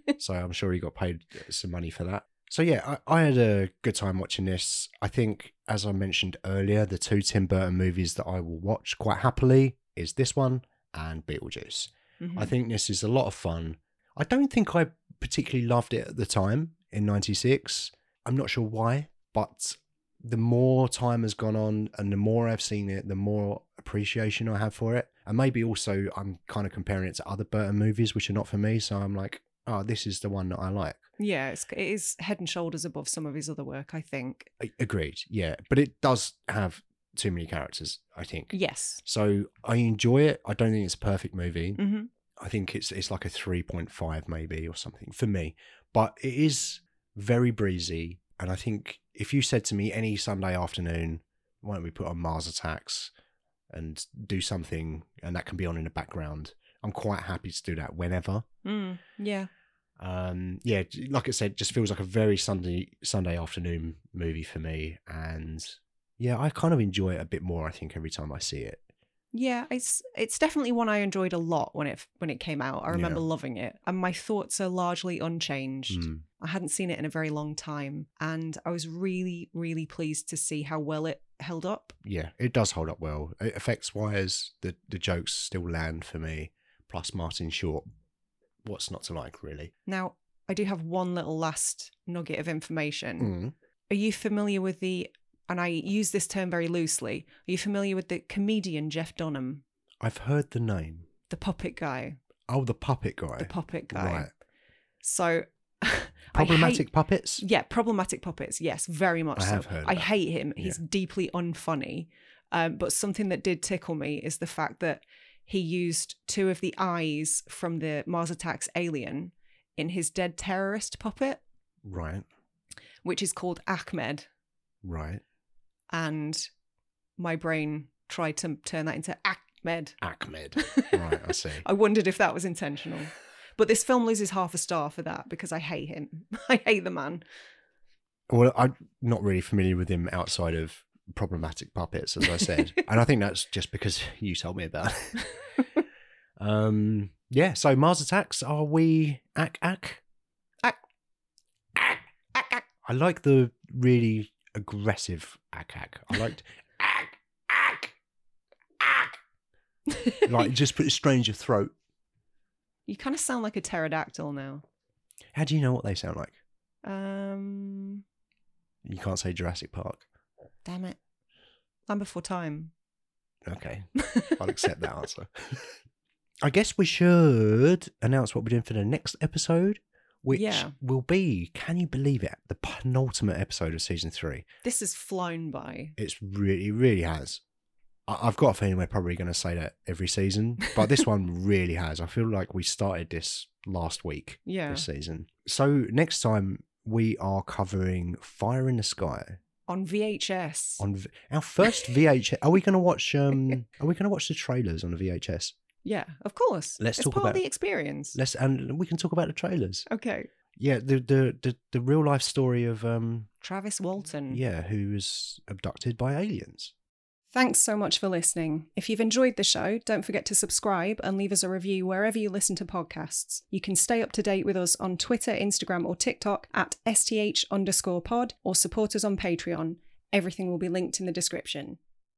[SPEAKER 1] Mm-hmm.
[SPEAKER 2] so I'm sure he got paid uh, some money for that. So yeah, I, I had a good time watching this. I think, as I mentioned earlier, the two Tim Burton movies that I will watch quite happily is this one and Beetlejuice.
[SPEAKER 1] Mhm.
[SPEAKER 2] I think this is a lot of fun. I don't think I particularly loved it at the time in 96. I'm not sure why, but the more time has gone on and the more I've seen it, the more appreciation I have for it. And maybe also I'm kind of comparing it to other Burton movies, which are not for me. So I'm like, oh, this is the one that I like.
[SPEAKER 1] yeah it's, it is head and shoulders above some of his other work i think
[SPEAKER 2] A- Agreed. Yeah. But it does have too many characters, I think.
[SPEAKER 1] yes
[SPEAKER 2] So I enjoy it. I don't think it's a perfect movie.
[SPEAKER 1] hmm
[SPEAKER 2] I think it's it's like a 3.5 maybe or something for me. But it is very breezy. And I think if you said to me any Sunday afternoon, why don't we put on Mars Attacks and do something and that can be on in the background, I'm quite happy to do that whenever.
[SPEAKER 1] mm, yeah
[SPEAKER 2] Um, yeah, j- like I said, just feels like a very Sunday Sunday afternoon movie for me. And yeah, I kind of enjoy it a bit more, I think, every time I see it.
[SPEAKER 1] Yeah, it's it's definitely one I enjoyed a lot when it when it came out. I remember
[SPEAKER 2] Yeah.
[SPEAKER 1] loving it, and my thoughts are largely unchanged.
[SPEAKER 2] Mm.
[SPEAKER 1] I hadn't seen it in a very long time, and I was really really pleased to see how well it held up.
[SPEAKER 2] yeah, it does hold up well. It affects wires. The the jokes still land for me. Plus Martin Short. What's not to like, really?
[SPEAKER 1] Now, I do have one little last nugget of
[SPEAKER 2] Mm.
[SPEAKER 1] information. Are you familiar with the and I use this term very loosely. Are you familiar with the comedian Jeff Dunham,
[SPEAKER 2] I've heard the name.
[SPEAKER 1] the puppet guy,
[SPEAKER 2] Oh, the puppet guy.
[SPEAKER 1] the puppet guy?
[SPEAKER 2] Right.
[SPEAKER 1] So I hate-
[SPEAKER 2] Problematic puppets.
[SPEAKER 1] Yeah, problematic puppets. Yes, very much
[SPEAKER 2] I
[SPEAKER 1] so.
[SPEAKER 2] have heard
[SPEAKER 1] I
[SPEAKER 2] that.
[SPEAKER 1] hate him.
[SPEAKER 2] Yeah.
[SPEAKER 1] He's deeply unfunny. Um, but something that did tickle me is the fact that he used two of the eyes from the Mars Attacks alien in his dead terrorist puppet,
[SPEAKER 2] Right.
[SPEAKER 1] which is called Ahmed.
[SPEAKER 2] Right.
[SPEAKER 1] And my brain tried to turn that into Ahmed.
[SPEAKER 2] Ahmed. right. I see.
[SPEAKER 1] I wondered if that was intentional. But this film loses half a star for that because I hate him. I hate the man.
[SPEAKER 2] Well, I'm not really familiar with him outside of problematic puppets, as I said, and I think that's just because you told me about. it. um, yeah. So Mars Attacks. Are we ack ack?
[SPEAKER 1] Ack, ack.
[SPEAKER 2] I like the really aggressive ack ack. I liked ack ack ack. Like just put a stranger throat.
[SPEAKER 1] You kind of sound like a pterodactyl now.
[SPEAKER 2] How do you know what they sound like?
[SPEAKER 1] Um,
[SPEAKER 2] You can't say Jurassic Park.
[SPEAKER 1] damn it. Land before time.
[SPEAKER 2] Okay, I'll accept that answer. I guess we should announce what we're doing for the next episode, which
[SPEAKER 1] Yeah.
[SPEAKER 2] will be, can you believe it, the penultimate episode of season three.
[SPEAKER 1] This is flown by.
[SPEAKER 2] It's really, really has. I- I've got a feeling we're probably going to say that every season, but this one really has. I feel like we started this last week
[SPEAKER 1] Yeah.
[SPEAKER 2] this season. So next time we are covering Fire in the Sky
[SPEAKER 1] On VHS.
[SPEAKER 2] on v- our first VHS. Are we going to watch? Um, are we going to watch the trailers on the VHS?
[SPEAKER 1] yeah, of course.
[SPEAKER 2] Let's
[SPEAKER 1] it's
[SPEAKER 2] talk
[SPEAKER 1] part of
[SPEAKER 2] about-
[SPEAKER 1] the experience.
[SPEAKER 2] Let's and we can talk about the trailers.
[SPEAKER 1] Okay.
[SPEAKER 2] Yeah, the the the, the real life story of um
[SPEAKER 1] Travis Walton.
[SPEAKER 2] yeah who was abducted by aliens.
[SPEAKER 3] Thanks so much for listening. If you've enjoyed the show, don't forget to subscribe and leave us a review wherever you listen to podcasts. You can stay up to date with us on Twitter, Instagram, or TikTok at STH underscore pod or support us on Patreon. Everything will be linked in the description.